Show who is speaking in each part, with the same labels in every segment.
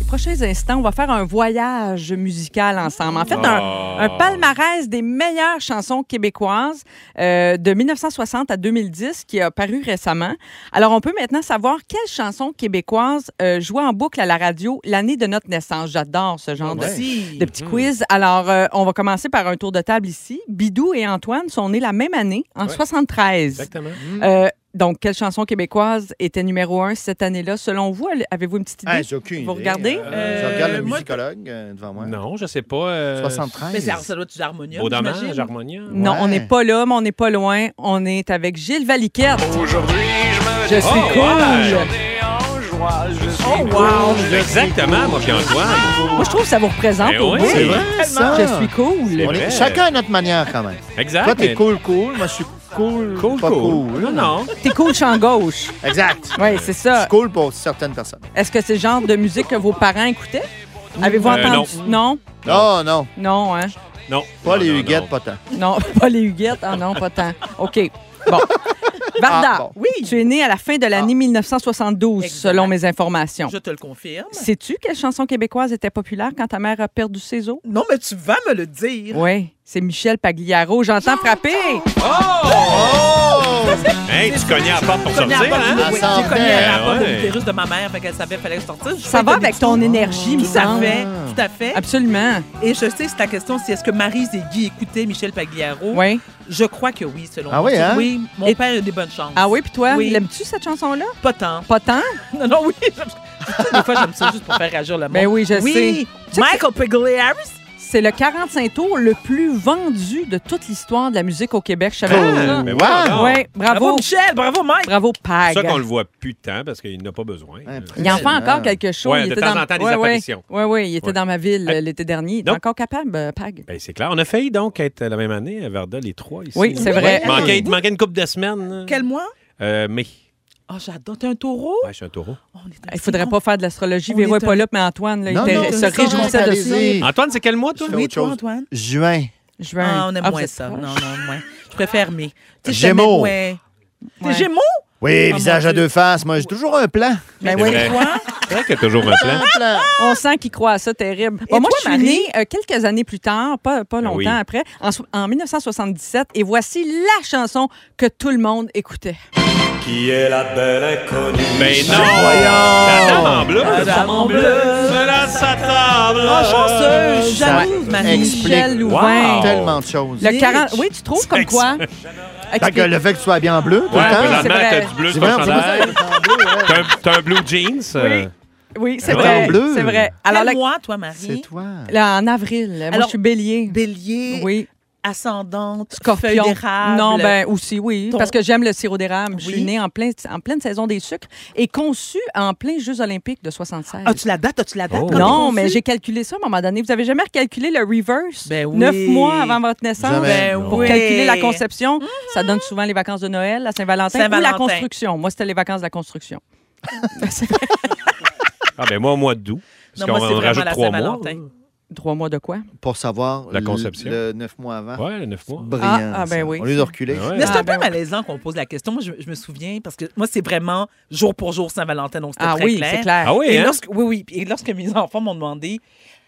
Speaker 1: des prochains instants, on va faire un voyage musical ensemble. En fait, un, un palmarès des meilleures chansons québécoises euh, de 1960 à 2010 qui a paru récemment. Alors, on peut maintenant savoir quelles chansons québécoises euh, jouaient en boucle à la radio l'année de notre naissance. J'adore ce genre de- de, petits quiz. Alors, euh, on va commencer par un tour de table ici. Bidou et Antoine sont nés la même année, en 73.
Speaker 2: Exactement.
Speaker 3: Mm.
Speaker 1: Euh, donc, quelle chanson québécoise était numéro un cette année-là? Selon vous, avez-vous une petite idée?
Speaker 3: Ah, j'ai aucune idée.
Speaker 1: Vous regardez?
Speaker 3: Euh, je regarde le
Speaker 4: moi-
Speaker 3: musicologue euh, devant moi.
Speaker 2: Non, je sais pas. euh,
Speaker 3: 73.
Speaker 4: Mais ça, ça doit être du harmonium.
Speaker 2: Beau dommage,
Speaker 4: j'imagine.
Speaker 2: Harmonia.
Speaker 1: Non,
Speaker 3: Ouais.
Speaker 1: on n'est pas là, mais on n'est pas loin. On est avec Gilles Valiquette. Aujourd'hui, je me suis
Speaker 2: Oh,
Speaker 1: cool.
Speaker 2: ouais.
Speaker 4: Oh, wow!
Speaker 2: Exactement, moi puis Antoine.
Speaker 1: Moi, je trouve que ça vous représente.
Speaker 2: Eh
Speaker 1: au
Speaker 2: oui.
Speaker 1: bout.
Speaker 3: C'est vrai, ça.
Speaker 1: Je suis cool.
Speaker 3: On est-
Speaker 2: vrai.
Speaker 3: Chacun à notre manière, quand même.
Speaker 2: Exact.
Speaker 3: Toi, t'es
Speaker 2: mais-
Speaker 3: cool, cool. Moi, je suis cool,
Speaker 2: Cool,
Speaker 3: pas
Speaker 2: cool.
Speaker 3: cool.
Speaker 2: Non, non.
Speaker 1: T'es cool champ gauche.
Speaker 3: Exact.
Speaker 1: Oui, c'est
Speaker 3: Je
Speaker 1: ça.
Speaker 3: suis cool pour certaines personnes.
Speaker 1: Est-ce que c'est le genre de musique que vos parents écoutaient? Avez-vous
Speaker 2: Euh,
Speaker 1: entendu? Non.
Speaker 3: Non, Oh, non.
Speaker 1: Non, hein?
Speaker 2: Non.
Speaker 3: Pas
Speaker 2: Non,
Speaker 3: les
Speaker 2: non,
Speaker 3: huguettes,
Speaker 2: non.
Speaker 3: pas tant.
Speaker 1: Non, pas les Huguettes. Ah non, pas tant. OK. Bon. Varda,
Speaker 3: Ah, bon.
Speaker 1: oui. tu es né à la fin de l'année 1972,
Speaker 4: Ah. Exact.
Speaker 1: selon mes informations.
Speaker 4: Je te le confirme.
Speaker 1: Sais-tu quelle chanson québécoise était populaire quand ta mère a perdu ses os?
Speaker 4: Non, mais tu vas me le dire.
Speaker 1: Oui, c'est Michel Pagliaro. J'entends frapper.
Speaker 3: Oh!
Speaker 2: Hey, tu cognais à la porte pour
Speaker 4: Je connais la
Speaker 2: sortir,
Speaker 4: porte-
Speaker 2: hein?
Speaker 3: là.
Speaker 4: oui,
Speaker 3: Ça
Speaker 4: je connais la
Speaker 2: venait.
Speaker 4: porte
Speaker 2: Ouais.
Speaker 4: de l'utérus de ma mère, fait qu'elle savait qu'il fallait que je sortisse. Je
Speaker 1: Ça va
Speaker 4: faisais
Speaker 1: avec
Speaker 4: des
Speaker 1: ton
Speaker 4: petits-
Speaker 1: énergie, me
Speaker 4: Tout à
Speaker 1: semble.
Speaker 4: fait, tout à fait.
Speaker 1: Absolument.
Speaker 4: Et je sais, c'est ta question, c'est est-ce que Marie Guy écoutaient Michel Pagliaro?
Speaker 1: Oui.
Speaker 4: Je crois que oui, selon
Speaker 3: Ah
Speaker 4: moi.
Speaker 3: oui, hein?
Speaker 4: Oui, mon
Speaker 1: Et-
Speaker 4: père a des bonnes chances.
Speaker 1: Ah oui, puis toi,
Speaker 4: Oui.
Speaker 1: l'aimes-tu cette chanson-là?
Speaker 4: Pas tant.
Speaker 1: Pas tant?
Speaker 4: Non, non, oui. Des fois, j'aime ça juste pour faire réagir le monde.
Speaker 1: Ben oui, je sais.
Speaker 4: oui,
Speaker 1: sais que
Speaker 4: Michael Pigley Harris.
Speaker 1: C'est le 45 tours le plus vendu de toute l'histoire de la musique au Québec. Je savais pas ça.
Speaker 2: Ah, mais voilà, non.
Speaker 1: Oui, bravo.
Speaker 4: Bravo, Michel. Bravo, Mike.
Speaker 1: Bravo,
Speaker 2: C'est
Speaker 1: Pag.
Speaker 2: ça qu'on le voit plus de temps parce qu'il n'a pas besoin.
Speaker 3: Ouais.
Speaker 1: Ah, Il en fait encore quelques shows.
Speaker 2: Ouais,
Speaker 1: il
Speaker 2: de
Speaker 1: était
Speaker 2: temps
Speaker 1: dans...
Speaker 2: en temps, des apparitions.
Speaker 1: Oui, oui, il était
Speaker 2: Ouais.
Speaker 1: dans ma ville euh,
Speaker 2: Hey.
Speaker 1: l'été dernier. Il est
Speaker 2: Donc-
Speaker 1: encore capable, euh, Pag.
Speaker 2: Ben, c'est clair. On a failli donc être la même année à Verda, les trois ici.
Speaker 1: Oui, c'est vrai.
Speaker 2: Il manquait, il manquait une couple de semaines.
Speaker 4: Quel mois?
Speaker 2: Euh, mais.
Speaker 1: Ah,
Speaker 4: Oh, j'adore. T'es un taureau?
Speaker 2: Ouais, je suis un taureau.
Speaker 4: On est un
Speaker 1: Il faudrait
Speaker 4: petit
Speaker 1: pas faire de l'astrologie.
Speaker 4: On
Speaker 1: Véro n'est
Speaker 4: est
Speaker 1: pas
Speaker 4: un-
Speaker 1: là, mais Antoine, là,
Speaker 3: Non,
Speaker 1: il
Speaker 3: non,
Speaker 1: était- se
Speaker 3: c'est correct,
Speaker 1: réjouissait de ça.
Speaker 3: allez-y.
Speaker 2: Antoine, c'est quel mois, toi?
Speaker 3: Je
Speaker 4: con. Oui,
Speaker 3: autre
Speaker 4: toi,
Speaker 3: chose.
Speaker 4: Antoine?
Speaker 3: Juin.
Speaker 1: Juin.
Speaker 4: Ah, on aime
Speaker 1: Ah, vous
Speaker 4: moins
Speaker 1: êtes
Speaker 4: ça.
Speaker 1: proche.
Speaker 4: Non, non, moins. Je préfère mais. Tu sais,
Speaker 3: Gémeaux.
Speaker 4: j'aimais, ouais.
Speaker 1: Ouais.
Speaker 4: T'es Gémeaux?
Speaker 3: Oui,
Speaker 4: Oh,
Speaker 3: visage
Speaker 4: mon
Speaker 3: à
Speaker 4: Dieu.
Speaker 3: deux faces. Moi, j'ai toujours un plan.
Speaker 1: Ben
Speaker 2: C'est
Speaker 1: oui.
Speaker 2: vrai.
Speaker 4: Toi?
Speaker 2: C'est vrai qu'il y a toujours un plan.
Speaker 3: Un plan.
Speaker 1: On sent qu'il croit à ça, terrible. Bon,
Speaker 4: Et
Speaker 1: moi,
Speaker 4: toi,
Speaker 1: je suis
Speaker 4: Marie?
Speaker 1: née euh, quelques années plus tard, pas, pas
Speaker 2: Ah
Speaker 1: longtemps
Speaker 2: oui.
Speaker 1: après, en, so- en 1977, et voici la chanson que tout le monde écoutait.
Speaker 5: Qui est la belle inconnue
Speaker 2: Mais Ben,
Speaker 6: Ben
Speaker 2: non! La dame en bleu!
Speaker 4: La dame en bleu.
Speaker 2: C'est la sa table!
Speaker 4: Oh, chanceuse.
Speaker 3: Euh, Ça
Speaker 4: Jalouse, Marie.
Speaker 3: explique
Speaker 1: Michel Louvain.
Speaker 2: Wow.
Speaker 3: tellement de choses.
Speaker 1: Le 40... Oui, tu trouves comme quoi?
Speaker 3: Fait que
Speaker 1: Explique-
Speaker 3: le fait que tu sois bien en bleu tout
Speaker 2: Ouais,
Speaker 3: le temps.
Speaker 2: présentement,
Speaker 1: c'est vrai.
Speaker 2: t'as du bleu
Speaker 3: C'est
Speaker 2: sur ton
Speaker 3: vrai,
Speaker 2: chandail.
Speaker 3: c'est pour ça que t'es en bleu, ouais.
Speaker 2: T'as un- T'as un blue jeans. euh,
Speaker 1: Oui, c'est
Speaker 2: Le
Speaker 1: vrai.
Speaker 3: temps bleu.
Speaker 1: C'est vrai. Alors,
Speaker 4: Alors,
Speaker 1: la-
Speaker 4: Quel mois, toi, Marie?
Speaker 3: C'est toi.
Speaker 1: là, en avril, moi, je
Speaker 4: Alors-
Speaker 1: suis bélier.
Speaker 4: Bélier,
Speaker 1: Oui,
Speaker 4: ascendante, feuille
Speaker 1: scorpion.
Speaker 4: d'érable.
Speaker 1: Non, ben aussi, oui,
Speaker 4: Ton-
Speaker 1: parce que j'aime le sirop d'érable. Je
Speaker 4: Oui.
Speaker 1: suis née en, plein, en pleine saison des sucres et conçue en plein Jeux olympiques de 76.
Speaker 4: As-tu la date? As-tu la date?
Speaker 2: Oh.
Speaker 4: quand
Speaker 1: Non,
Speaker 4: t'es
Speaker 1: mais
Speaker 4: conçue?
Speaker 1: j'ai calculé ça à un moment donné. Vous avez jamais calculé le reverse?
Speaker 4: Ben oui.
Speaker 1: Neuf mois avant votre naissance.
Speaker 3: Jamais.
Speaker 4: Ben
Speaker 1: Pour
Speaker 4: oui.
Speaker 1: calculer la conception, ça donne souvent les vacances de Noël, la Saint-Valentin ou la
Speaker 4: Saint-Valentin.
Speaker 1: construction. Moi, c'était les vacances de la construction.
Speaker 2: Ah, ben moi, au mois d'août.
Speaker 4: Non,
Speaker 2: Parce
Speaker 4: moi, c'est
Speaker 2: qu'on on
Speaker 4: vraiment
Speaker 2: rajoute
Speaker 4: la
Speaker 2: trois mois.
Speaker 4: Saint-Valentin.
Speaker 1: Trois mois de quoi?
Speaker 3: Pour savoir
Speaker 2: La
Speaker 3: le-
Speaker 2: conception.
Speaker 3: le neuf mois avant.
Speaker 2: Ouais, le neuf mois.
Speaker 3: Brillant.
Speaker 1: Ah, ah, ben
Speaker 3: ça.
Speaker 1: oui.
Speaker 3: Au lieu de reculer.
Speaker 2: Ah ouais.
Speaker 4: Mais c'est
Speaker 1: Ah,
Speaker 4: un peu
Speaker 1: ben oui.
Speaker 4: malaisant qu'on pose la question. Moi, je, je me souviens, parce que moi, c'est vraiment jour pour jour Saint-Valentin, donc c'était
Speaker 1: Ah
Speaker 4: très
Speaker 1: oui,
Speaker 4: clair.
Speaker 1: c'est clair.
Speaker 2: Ah oui,
Speaker 4: Et
Speaker 2: hein?
Speaker 4: lorsque, oui, oui. Et lorsque mes enfants m'ont demandé,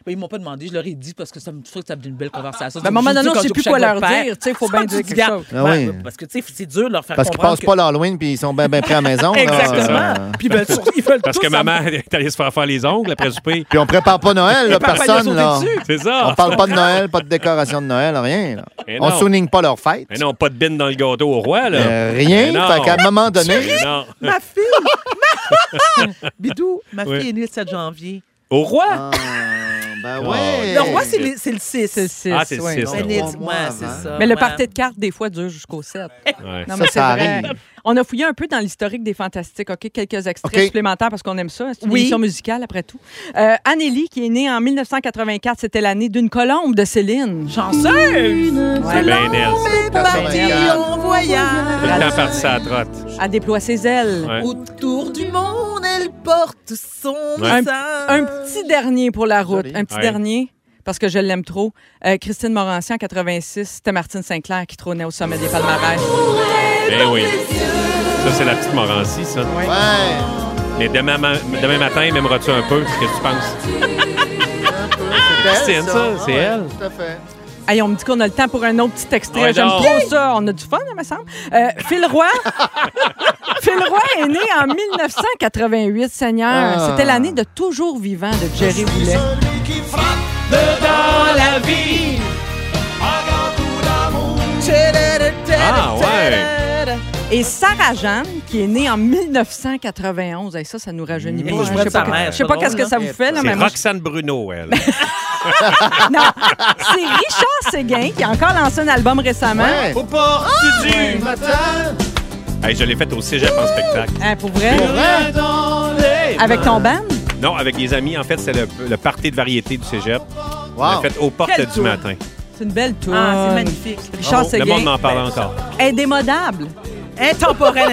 Speaker 4: ben, ils m'ont pas demandé, je leur ai dit parce que ça me je trouve que ça me donne une belle conversation.
Speaker 1: Ben, à un moment
Speaker 4: Je dis
Speaker 1: donné, on
Speaker 4: quand
Speaker 1: sait
Speaker 4: j'ai
Speaker 1: plus
Speaker 4: couché
Speaker 1: quoi
Speaker 4: avec
Speaker 1: leur
Speaker 4: votre père,
Speaker 1: dire. Tu sais, il faut bien
Speaker 4: tu
Speaker 1: dire
Speaker 4: dis,
Speaker 1: quelque chose.
Speaker 3: Ah
Speaker 4: Ouais,
Speaker 3: oui.
Speaker 4: Parce que, tu sais, c'est dur de leur faire
Speaker 3: Parce qu'ils
Speaker 4: comprendre.
Speaker 3: passent pas l'Halloween puis ils sont bien ben prêts à la maison.
Speaker 4: que-
Speaker 3: là.
Speaker 4: Exactement.
Speaker 3: Euh,
Speaker 4: Puis, ben, sur- ils veulent
Speaker 2: Ah, Parce
Speaker 4: tous
Speaker 2: que
Speaker 4: savoir.
Speaker 2: maman est allée se faire faire les ongles après souper.
Speaker 3: Puis on prépare pas Noël, là,
Speaker 4: Papa, il a
Speaker 3: personne.
Speaker 4: sauté
Speaker 3: Là.
Speaker 4: dessus.
Speaker 2: C'est
Speaker 3: On
Speaker 2: ça.
Speaker 3: parle pas de Noël, pas de décoration de Noël, rien. là.
Speaker 2: Eh
Speaker 3: On
Speaker 2: non.
Speaker 3: souligne pas leur fête.
Speaker 2: Mais non, pas de bine dans le gâteau au roi, là.
Speaker 3: Euh, rien.
Speaker 2: Eh non.
Speaker 3: Fait qu'à un moment donné,
Speaker 2: Eh non.
Speaker 4: Ma fille! ma- Bidou, ma fille
Speaker 2: Oui.
Speaker 4: est née le 7 janvier.
Speaker 2: Au roi?
Speaker 3: Ah, ben ouais.
Speaker 4: Le roi, c'est le, c'est le 6.
Speaker 1: Ah, C'est le six,
Speaker 2: Ah, c'est le
Speaker 1: ouais.
Speaker 2: six,
Speaker 4: Elle
Speaker 2: le
Speaker 4: est-
Speaker 3: roi.
Speaker 4: ouais, Ah, c'est ça.
Speaker 1: Mais le
Speaker 4: ouais.
Speaker 1: party de cartes, des fois, dure jusqu'au 7.
Speaker 2: Ouais.
Speaker 3: Ça,
Speaker 1: Non, mais c'est
Speaker 3: ça
Speaker 1: vrai.
Speaker 3: arrive.
Speaker 1: On a fouillé un peu dans l'historique des Fantastiques, OK? Quelques extraits
Speaker 3: OK.
Speaker 1: supplémentaires parce qu'on aime ça. C'est une
Speaker 4: Oui.
Speaker 1: émission musicale, après tout. Euh, Anneli, qui est née en 1984, c'était l'année d'une colombe de Céline.
Speaker 4: Chanceuse!
Speaker 2: C'est bien elle. ça.
Speaker 3: Partir
Speaker 4: en voyage.
Speaker 2: Tout le temps parti sa trotte.
Speaker 1: Elle déploie ses ailes.
Speaker 2: Ouais.
Speaker 4: Autour du monde, elle porte son
Speaker 2: Ouais.
Speaker 4: sang.
Speaker 1: Un petit dernier pour la route.
Speaker 3: Joli.
Speaker 1: Un petit
Speaker 2: Ouais.
Speaker 1: dernier. parce que je l'aime trop. Euh, Christine Morancy en 86, c'était Martine Sinclair qui trônait au sommet des palmarès.
Speaker 2: Ben oui. Ça, c'est la petite Morancy, ça.
Speaker 3: Ouais.
Speaker 2: Mais demain, ma- demain matin, m'aimeras-tu un peu? Qu'est-ce que tu penses?
Speaker 3: C'est
Speaker 2: Christine, ça, c'est
Speaker 3: Ah ouais,
Speaker 2: elle.
Speaker 3: Tout à fait.
Speaker 1: Ah, Hey, on me dit qu'on a le temps pour un autre petit extrait.
Speaker 2: Ouais,
Speaker 1: J'aime
Speaker 2: donc.
Speaker 1: trop ça. On a du fun, il me semble. Euh, Phil Roy. Phil Roy est né en 1988, Seigneur.
Speaker 3: Ah.
Speaker 1: C'était l'année de Toujours vivant de Jerry Boulet.
Speaker 2: Ah, ouais.
Speaker 1: Et Sarah Jeanne, qui est née en 1991. Et ça, ça nous rajeunit
Speaker 4: Mmh.
Speaker 1: pas.
Speaker 4: Moi, je
Speaker 1: hein.
Speaker 4: vois
Speaker 1: sais
Speaker 4: de sa
Speaker 1: pas-
Speaker 4: mère,
Speaker 1: Je sais
Speaker 4: c'est
Speaker 1: pas
Speaker 4: drôle,
Speaker 1: qu'est-ce que
Speaker 4: là.
Speaker 1: ça vous fait, là,
Speaker 2: C'est
Speaker 1: mais moi, je-
Speaker 2: Roxane Bruno, elle.
Speaker 1: Non, c'est Richard Séguin qui a encore lancé un album récemment.
Speaker 3: Ouais.
Speaker 2: Au port
Speaker 4: Ah,
Speaker 2: du
Speaker 3: Du matin.
Speaker 2: Hey, Je l'ai faite au cégep en spectacle.
Speaker 1: Hein, pour vrai.
Speaker 3: Ouais.
Speaker 1: Avec ton band.
Speaker 2: Non, avec les amis, en fait, c'est le, le party de variété du cégep. On
Speaker 3: Wow.
Speaker 2: l'a fait aux portes
Speaker 4: Quel
Speaker 2: du
Speaker 4: tour.
Speaker 2: matin.
Speaker 1: C'est une belle tour.
Speaker 4: Ah, c'est magnifique.
Speaker 1: Richard
Speaker 3: Bravo.
Speaker 2: Le monde
Speaker 1: Séguin,
Speaker 2: m'en parle encore.
Speaker 1: indémodable.
Speaker 4: Intemporel,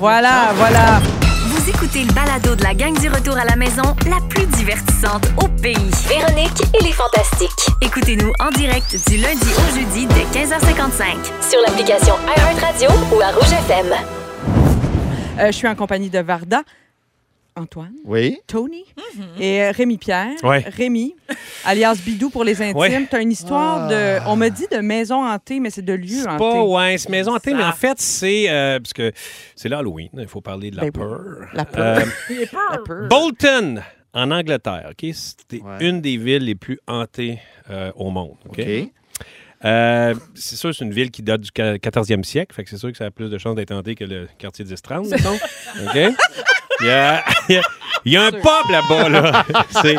Speaker 1: Voilà, voilà.
Speaker 7: Vous écoutez le balado de la gang du retour à la maison, la plus divertissante au pays.
Speaker 8: Véronique et les Fantastiques.
Speaker 7: Écoutez-nous en direct du lundi au jeudi dès 15h55.
Speaker 8: Sur l'application iHeartRadio ou à Rouge FM.
Speaker 1: Euh, je suis en compagnie de Varda, Antoine,
Speaker 3: Oui.
Speaker 1: Tony
Speaker 4: Mm-hmm.
Speaker 1: et euh, Rémi Pierre.
Speaker 2: Ouais.
Speaker 1: Rémi, alias Bidou pour les intimes.
Speaker 2: Ouais.
Speaker 1: T'as une histoire de. On me dit de maison hantée, mais c'est de lieu
Speaker 2: C'est
Speaker 1: hanté.
Speaker 2: pas, ouais, c'est maison hantée,
Speaker 4: Ça.
Speaker 2: mais en fait, c'est. euh, parce que c'est l'Halloween, il faut parler de la
Speaker 1: Ben oui.
Speaker 2: peur. Euh,
Speaker 1: La peur.
Speaker 4: Peur.
Speaker 1: La peur.
Speaker 2: Bolton, en Angleterre, OK? C'était
Speaker 3: Ouais.
Speaker 2: une des villes les plus hantées euh, au monde. OK?
Speaker 3: OK.
Speaker 2: Euh, c'est sûr, c'est une ville qui date du qua- 14e siècle, fait que c'est sûr que ça a plus de chances d'être hanté que le quartier d'Estrande, mettons. OK? Il y a, il y a- il y a un pub là-bas, là. C'est-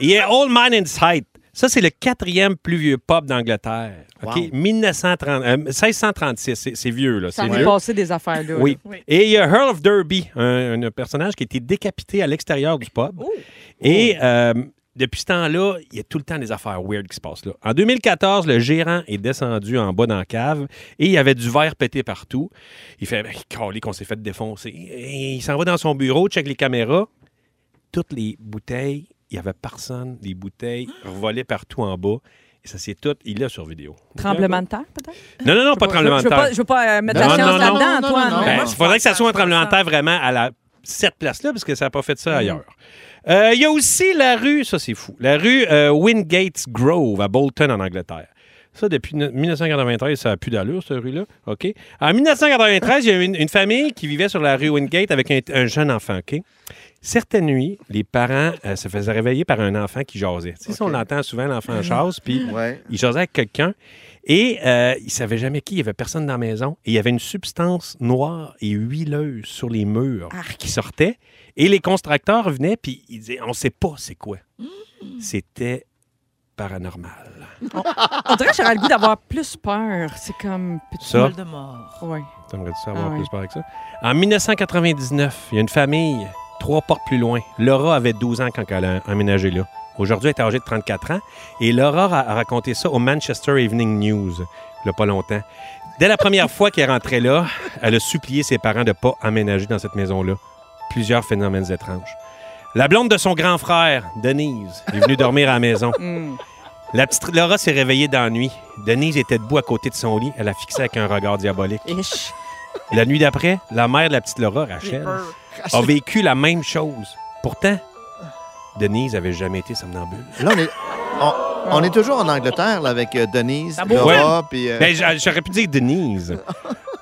Speaker 2: Il y a Old Man in Sight. Ça, c'est le quatrième plus vieux pub d'Angleterre. OK?
Speaker 3: Wow.
Speaker 2: 1930, euh, 1636, c'est- c'est vieux, là.
Speaker 1: Ça
Speaker 2: c'est
Speaker 1: m'est
Speaker 2: vieux.
Speaker 1: passé des affaires, là.
Speaker 2: Oui.
Speaker 4: Oui.
Speaker 2: Et il y a Earl of Derby, un, un personnage qui a été décapité à l'extérieur du pub. Et euh, depuis ce temps-là, il y a tout le temps des affaires weird qui se passent là. En 2014, le gérant est descendu en bas dans la cave et il y avait du verre pété partout. Il fait ben, Calé qu'on s'est fait défoncer. Et il s'en va dans son bureau, check les caméras. Toutes les bouteilles, il y avait personne. Les bouteilles volaient partout en bas. Et ça, c'est tout. Il l'a sur vidéo.
Speaker 1: Tremblement de terre, peut-être?
Speaker 2: Non, non, non, pas
Speaker 1: Je-
Speaker 2: tremblement
Speaker 1: je-
Speaker 2: de terre.
Speaker 1: Je veux pas, je veux pas euh, mettre
Speaker 2: Non,
Speaker 1: la science
Speaker 2: non,
Speaker 3: non,
Speaker 1: là-dedans,
Speaker 3: non,
Speaker 1: Antoine.
Speaker 3: non, non.
Speaker 2: Ben,
Speaker 4: moi,
Speaker 2: il
Speaker 4: je
Speaker 2: faudrait
Speaker 4: pense
Speaker 2: que ça
Speaker 4: que
Speaker 2: soit un
Speaker 4: ça ressemble.
Speaker 2: tremblement de terre vraiment à la cette place-là, parce que ça n'a pas
Speaker 3: Mm-hmm.
Speaker 2: fait ça ailleurs. Euh, Il y a aussi la rue, ça c'est fou, la rue euh, Wingates Grove à Bolton en Angleterre. Ça, depuis no- 1993, ça n'a plus d'allure, cette rue-là. OK. En 1993, il y a eu une, une famille qui vivait sur la rue Wingate avec un, un jeune enfant. OK. Certaines nuits, les parents euh, se faisaient réveiller par un enfant qui jasait. Tu sais, ça, on l'entend souvent, l'enfant jase, puis
Speaker 3: Ouais.
Speaker 2: il jasait avec quelqu'un et euh, il savait jamais qui. Il y avait personne dans la maison. Et il y avait une substance noire et huileuse sur les murs qui sortait. Et les constructeurs venaient puis ils disaient on sait pas c'est quoi. C'était paranormal.
Speaker 1: On dirait que j'aurais le goût d'avoir plus peur. C'est comme.
Speaker 2: Ça,
Speaker 4: de mort.
Speaker 1: Ouais.
Speaker 2: t'aimerais-tu savoir
Speaker 1: Ah ouais.
Speaker 2: plus peur avec ça? En 1999, il y a une famille trois portes plus loin. Laura avait 12 ans quand elle a emménagé là. Aujourd'hui, elle est âgée de 34 ans. Et Laura a a raconté ça au Manchester Evening News, il n'y a pas longtemps. Dès la première fois qu'elle rentrait là, elle a supplié ses parents de ne pas emménager dans cette maison-là. Plusieurs phénomènes étranges. La blonde de son grand frère, Denise, est venue dormir à la maison.
Speaker 1: Mm.
Speaker 2: La petite Laura s'est réveillée dans la nuit. Denise était debout à côté de son lit. Elle la fixait avec un regard diabolique.
Speaker 1: Ish.
Speaker 2: La nuit d'après, la mère de la petite Laura, Rachel, a vécu la même chose. Pourtant, Denise avait jamais été somnambule.
Speaker 3: Là, on est, on, on est toujours en Angleterre là, avec euh, Denise,
Speaker 4: Ah bon?
Speaker 3: Laura, puis... euh,
Speaker 2: Ben, j'a- j'aurais pu dire Denise.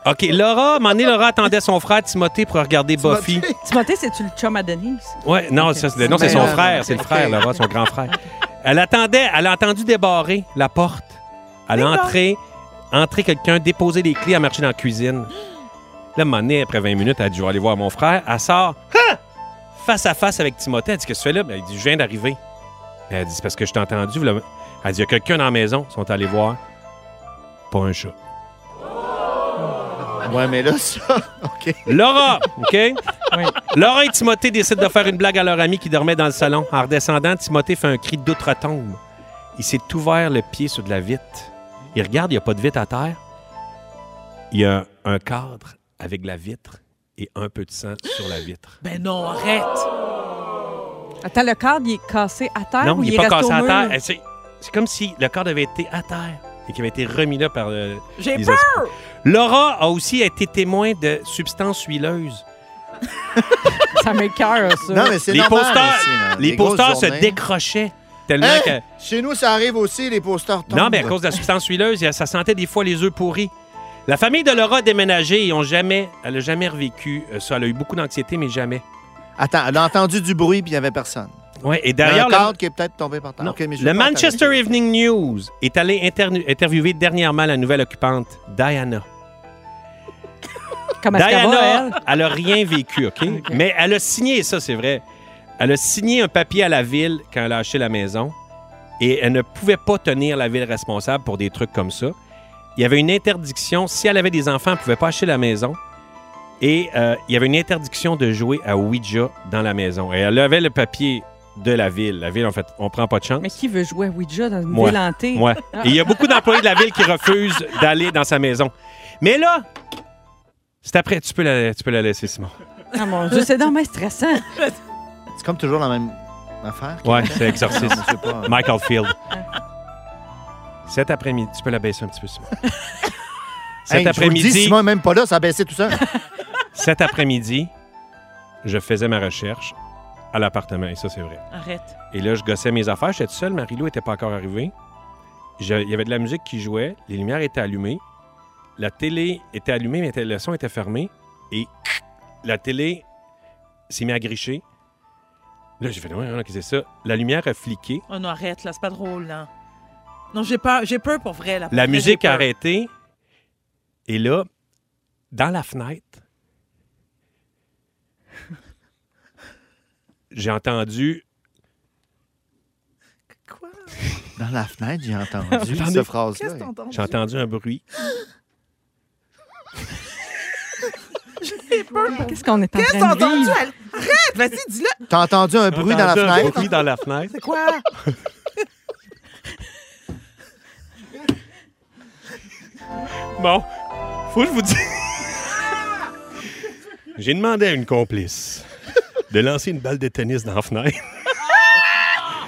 Speaker 2: OK, Laura, à un moment donné, Laura attendait son frère Timothée pour regarder Buffy.
Speaker 1: Timothée, c'est-tu le chum à Denise?
Speaker 2: Ouais, non, ça, c'est- non, c'est son
Speaker 3: Ben,
Speaker 2: frère, c'est le frère, Laura, son grand frère. Elle attendait, elle a entendu débarrer la porte. Elle a entré, entré quelqu'un, déposer les clés, à marcher dans la cuisine. Là, à un moment donné, après 20 minutes, elle a dit Je vais aller voir mon frère. Elle sort Ah! face à face avec Timothée. Elle dit Qu'est-ce que tu fais là Ben, Il dit Je viens d'arriver. Elle dit C'est parce que je t'ai entendu. voilà. Elle dit Il y a quelqu'un dans la maison. Ils sont allés voir. Pas un chat.
Speaker 3: Ouais, mais là, ça... OK.
Speaker 2: Laura, OK? Laura et Timothée décident de faire une blague à leur ami qui dormait dans le salon. En redescendant, Timothée fait un cri d'outre-tombe. Il s'est ouvert le pied sur de la vitre. Il regarde, il n'y a pas de vitre à terre. Il y a un cadre avec de la vitre et un peu de sang sur la vitre.
Speaker 4: Ben non, arrête.
Speaker 1: Attends, le cadre, il est cassé à terre
Speaker 2: non,
Speaker 1: ou
Speaker 2: il
Speaker 1: il
Speaker 2: n'est
Speaker 1: Ah, est
Speaker 2: pas cassé
Speaker 1: resté au
Speaker 2: à terre.
Speaker 1: mur?
Speaker 2: Eh, c'est- C'est comme si le corps avait été à terre et qu'il avait été remis là par le-
Speaker 4: J'ai
Speaker 2: les
Speaker 4: peur!
Speaker 2: esprits. Laura a aussi été témoin de substances huileuses.
Speaker 1: Ça m'écœure, ça.
Speaker 3: Non, mais c'est
Speaker 2: Les
Speaker 3: normal
Speaker 2: posters,
Speaker 3: aussi, là.
Speaker 2: les
Speaker 3: Des grosses
Speaker 2: posters se
Speaker 3: journées.
Speaker 2: décrochaient tellement
Speaker 3: Hein?
Speaker 2: que...
Speaker 3: Chez nous, ça arrive aussi, les posters tombent.
Speaker 2: Non, mais à cause de la substance huileuse, ça sentait des fois les œufs pourris. La famille de Laura a déménagé et ont jamais, elle n'a jamais revécu euh, ça. Elle a eu beaucoup d'anxiété, mais jamais.
Speaker 3: Attends, elle a entendu du bruit, puis il n'y avait personne.
Speaker 2: Ouais, et
Speaker 3: Il y a
Speaker 2: derrière
Speaker 3: un
Speaker 2: le-
Speaker 3: cadre qui est peut-être tombé par terre.
Speaker 2: Non.
Speaker 3: Ok, mais je
Speaker 2: le
Speaker 3: vais pas
Speaker 2: Manchester
Speaker 3: entamer.
Speaker 2: Evening News est allé internu- interviewer dernièrement la nouvelle occupante, Diana.
Speaker 1: Comme
Speaker 2: Diana, elle n'a rien vécu, OK? Mais elle a signé, ça, c'est vrai. Elle a signé un papier à la ville quand elle a acheté la maison et elle ne pouvait pas tenir la ville responsable pour des trucs comme ça. Il y avait une interdiction. Si elle avait des enfants, elle ne pouvait pas acheter la maison. Et euh, il y avait une interdiction de jouer à Ouija dans la maison. Et elle avait le papier de la ville. La ville, en fait, on prend pas de chance.
Speaker 1: Mais qui veut jouer à Ouija dans une Ah.
Speaker 2: Moi.
Speaker 1: ville hantée?
Speaker 2: Ouais. Et il y a beaucoup d'employés de la ville qui refusent d'aller dans sa maison. Mais là, c'est après, tu peux la, tu peux la laisser, Simon.
Speaker 1: Ah, mon Dieu, c'est dommage stressant.
Speaker 3: C'est comme toujours la même affaire.
Speaker 2: Ouais, c'est
Speaker 3: Non,
Speaker 2: l'exorciste.
Speaker 3: je sais pas.
Speaker 2: Michael Field. Cet après-midi, tu peux la baisser un petit peu, Simon.
Speaker 3: Hey, je vous
Speaker 2: Cet
Speaker 3: le dis,
Speaker 2: après-midi,
Speaker 3: Simon est même pas là, ça a baissé tout seul.
Speaker 2: cet après-midi, je faisais ma recherche à l'appartement, et ça, c'est vrai.
Speaker 4: Arrête.
Speaker 2: Et là, je gossais mes affaires. J'étais tout seul. Marie-Lou n'était pas encore arrivée. Je- Il y avait de la musique qui jouait. Les lumières étaient allumées. La télé était allumée, mais était- le son était fermé. Et la télé s'est mise à gricher. Là, j'ai fait, ouais, ouais, qu'est-ce que c'est ça? La lumière a fliqué.
Speaker 4: Oh non, arrête, là, c'est pas drôle, là. Non, j'ai peur, j'ai peur pour vrai, là. Pour
Speaker 2: La
Speaker 4: vrai,
Speaker 2: musique
Speaker 4: j'ai
Speaker 2: a
Speaker 4: peur.
Speaker 2: arrêté. Et là, dans la fenêtre, j'ai entendu
Speaker 4: Quoi?
Speaker 3: Dans la fenêtre, j'ai entendu
Speaker 2: Attendez.
Speaker 3: cette phrase-là.
Speaker 4: Qu'est-ce que t'entends?
Speaker 2: J'ai entendu un bruit.
Speaker 1: Qu'est-ce qu'on est en
Speaker 4: Qu'est-ce que
Speaker 1: train de
Speaker 4: t'entends?
Speaker 1: vivre?
Speaker 4: Arrête, vas-y, dis-le.
Speaker 3: T'as entendu un bruit dans la
Speaker 2: Entendu un
Speaker 3: fenêtre?
Speaker 2: bruit dans la fenêtre.
Speaker 4: C'est quoi?
Speaker 2: Bon, faut que je vous dise. J'ai demandé à une complice de lancer une balle de tennis dans la fenêtre.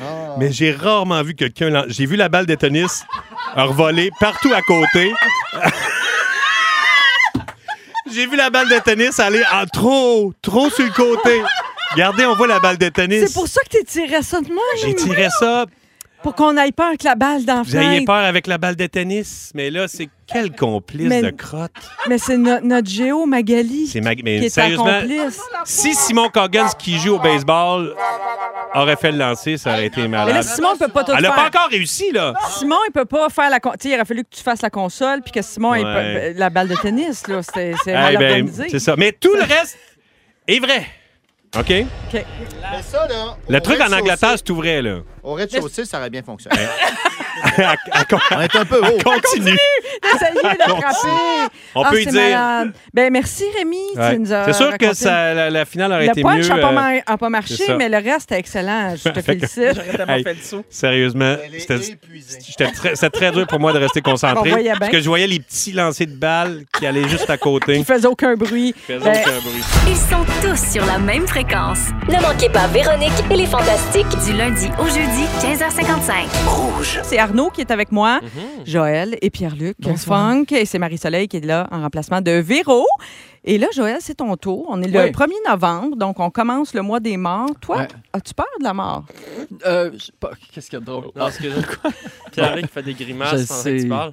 Speaker 3: Ah.
Speaker 2: Mais j'ai rarement vu quelqu'un. lan- J'ai vu la balle de tennis revoler partout à côté. J'ai vu la balle de tennis aller en trop, trop sur le côté. Regardez, on voit la balle de tennis.
Speaker 1: C'est pour ça que tu tiré ça de moi,
Speaker 2: J'ai tiré ça.
Speaker 1: pour qu'on aille pas avec la balle dans la
Speaker 2: Vous aviez
Speaker 1: fenêtre.
Speaker 2: peur avec la balle de tennis. Mais là, c'est quel complice
Speaker 1: Mais-
Speaker 2: de crotte.
Speaker 1: Mais c'est no- notre Géo Magali
Speaker 2: C'est ma- mais
Speaker 1: qui est ta
Speaker 2: sérieusement,
Speaker 1: complice.
Speaker 2: Si Simon Coggins, qui joue au baseball, aurait fait le lancer, ça aurait été
Speaker 1: Mais là,
Speaker 2: malade.
Speaker 1: Simon, il peut pas tout
Speaker 2: Elle
Speaker 1: faire.
Speaker 2: n'a pas encore réussi, là.
Speaker 1: Simon, il peut pas faire la... con- Tu sais, il aurait fallu que tu fasses la console puis que Simon ait
Speaker 2: Ouais.
Speaker 1: pas- la balle de tennis, là. C'est c'est mal
Speaker 2: Eh ben,
Speaker 1: organisé.
Speaker 2: c'est ça. Mais tout le reste est vrai. OK?
Speaker 3: Mais ça, là,
Speaker 2: Le
Speaker 3: au
Speaker 2: truc en
Speaker 3: rez-de-chaussée-
Speaker 2: Angleterre, c'est tout vrai, là.
Speaker 3: Au rez-de-chaussée, ça aurait bien fonctionné.
Speaker 2: À- à-
Speaker 3: On est un peu haut.
Speaker 2: on continue.
Speaker 1: Essayez d'attraper.
Speaker 2: On
Speaker 1: Ah,
Speaker 2: peut y
Speaker 1: c'est
Speaker 2: dire.
Speaker 1: malade. Ben, merci, Rémi. tu
Speaker 2: Ouais.
Speaker 1: nous as
Speaker 2: C'est sûr que
Speaker 1: raconté
Speaker 2: ça- la, la finale aurait
Speaker 1: Le
Speaker 2: été
Speaker 1: punch
Speaker 2: mieux.
Speaker 1: n'a pas,
Speaker 2: euh,
Speaker 1: mar- a pas
Speaker 2: c'est
Speaker 1: marché,
Speaker 2: ça.
Speaker 1: mais le reste est excellent. Je te
Speaker 2: Fait que-
Speaker 1: félicite.
Speaker 4: J'aurais tellement
Speaker 2: Hey.
Speaker 4: fait le saut.
Speaker 2: Sérieusement, c'était
Speaker 3: épuisée.
Speaker 2: j'étais très- c'était très dur pour moi de rester concentré.
Speaker 1: On voyait bien.
Speaker 2: Parce que je voyais les petits lancers de balles qui allaient juste à côté.
Speaker 1: Il faisait aucun bruit.
Speaker 2: Faisons
Speaker 1: Ben,
Speaker 2: aucun bruit.
Speaker 7: Ils sont tous sur la même fréquence.
Speaker 8: Ne manquez pas Véronique et les Fantastiques.
Speaker 7: Du lundi au jeudi, 15h55.
Speaker 1: c'est Arnaud qui est avec moi,
Speaker 2: Mm-hmm.
Speaker 1: Joël et Pierre-Luc Funk, et c'est Marie-Soleil qui est là en remplacement de Véro. Et là, Joël, c'est ton tour. On est le
Speaker 4: Oui.
Speaker 1: 1er novembre, donc on commence le mois des morts. Toi,
Speaker 9: Ouais.
Speaker 1: as-tu peur de la mort?
Speaker 9: Euh, je sais pas, qu'est-ce qu'il y a de drôle?
Speaker 6: Non, excusez. Pierre-Luc fait des grimaces
Speaker 9: Je
Speaker 6: pendant que
Speaker 9: sais.
Speaker 6: tu parles.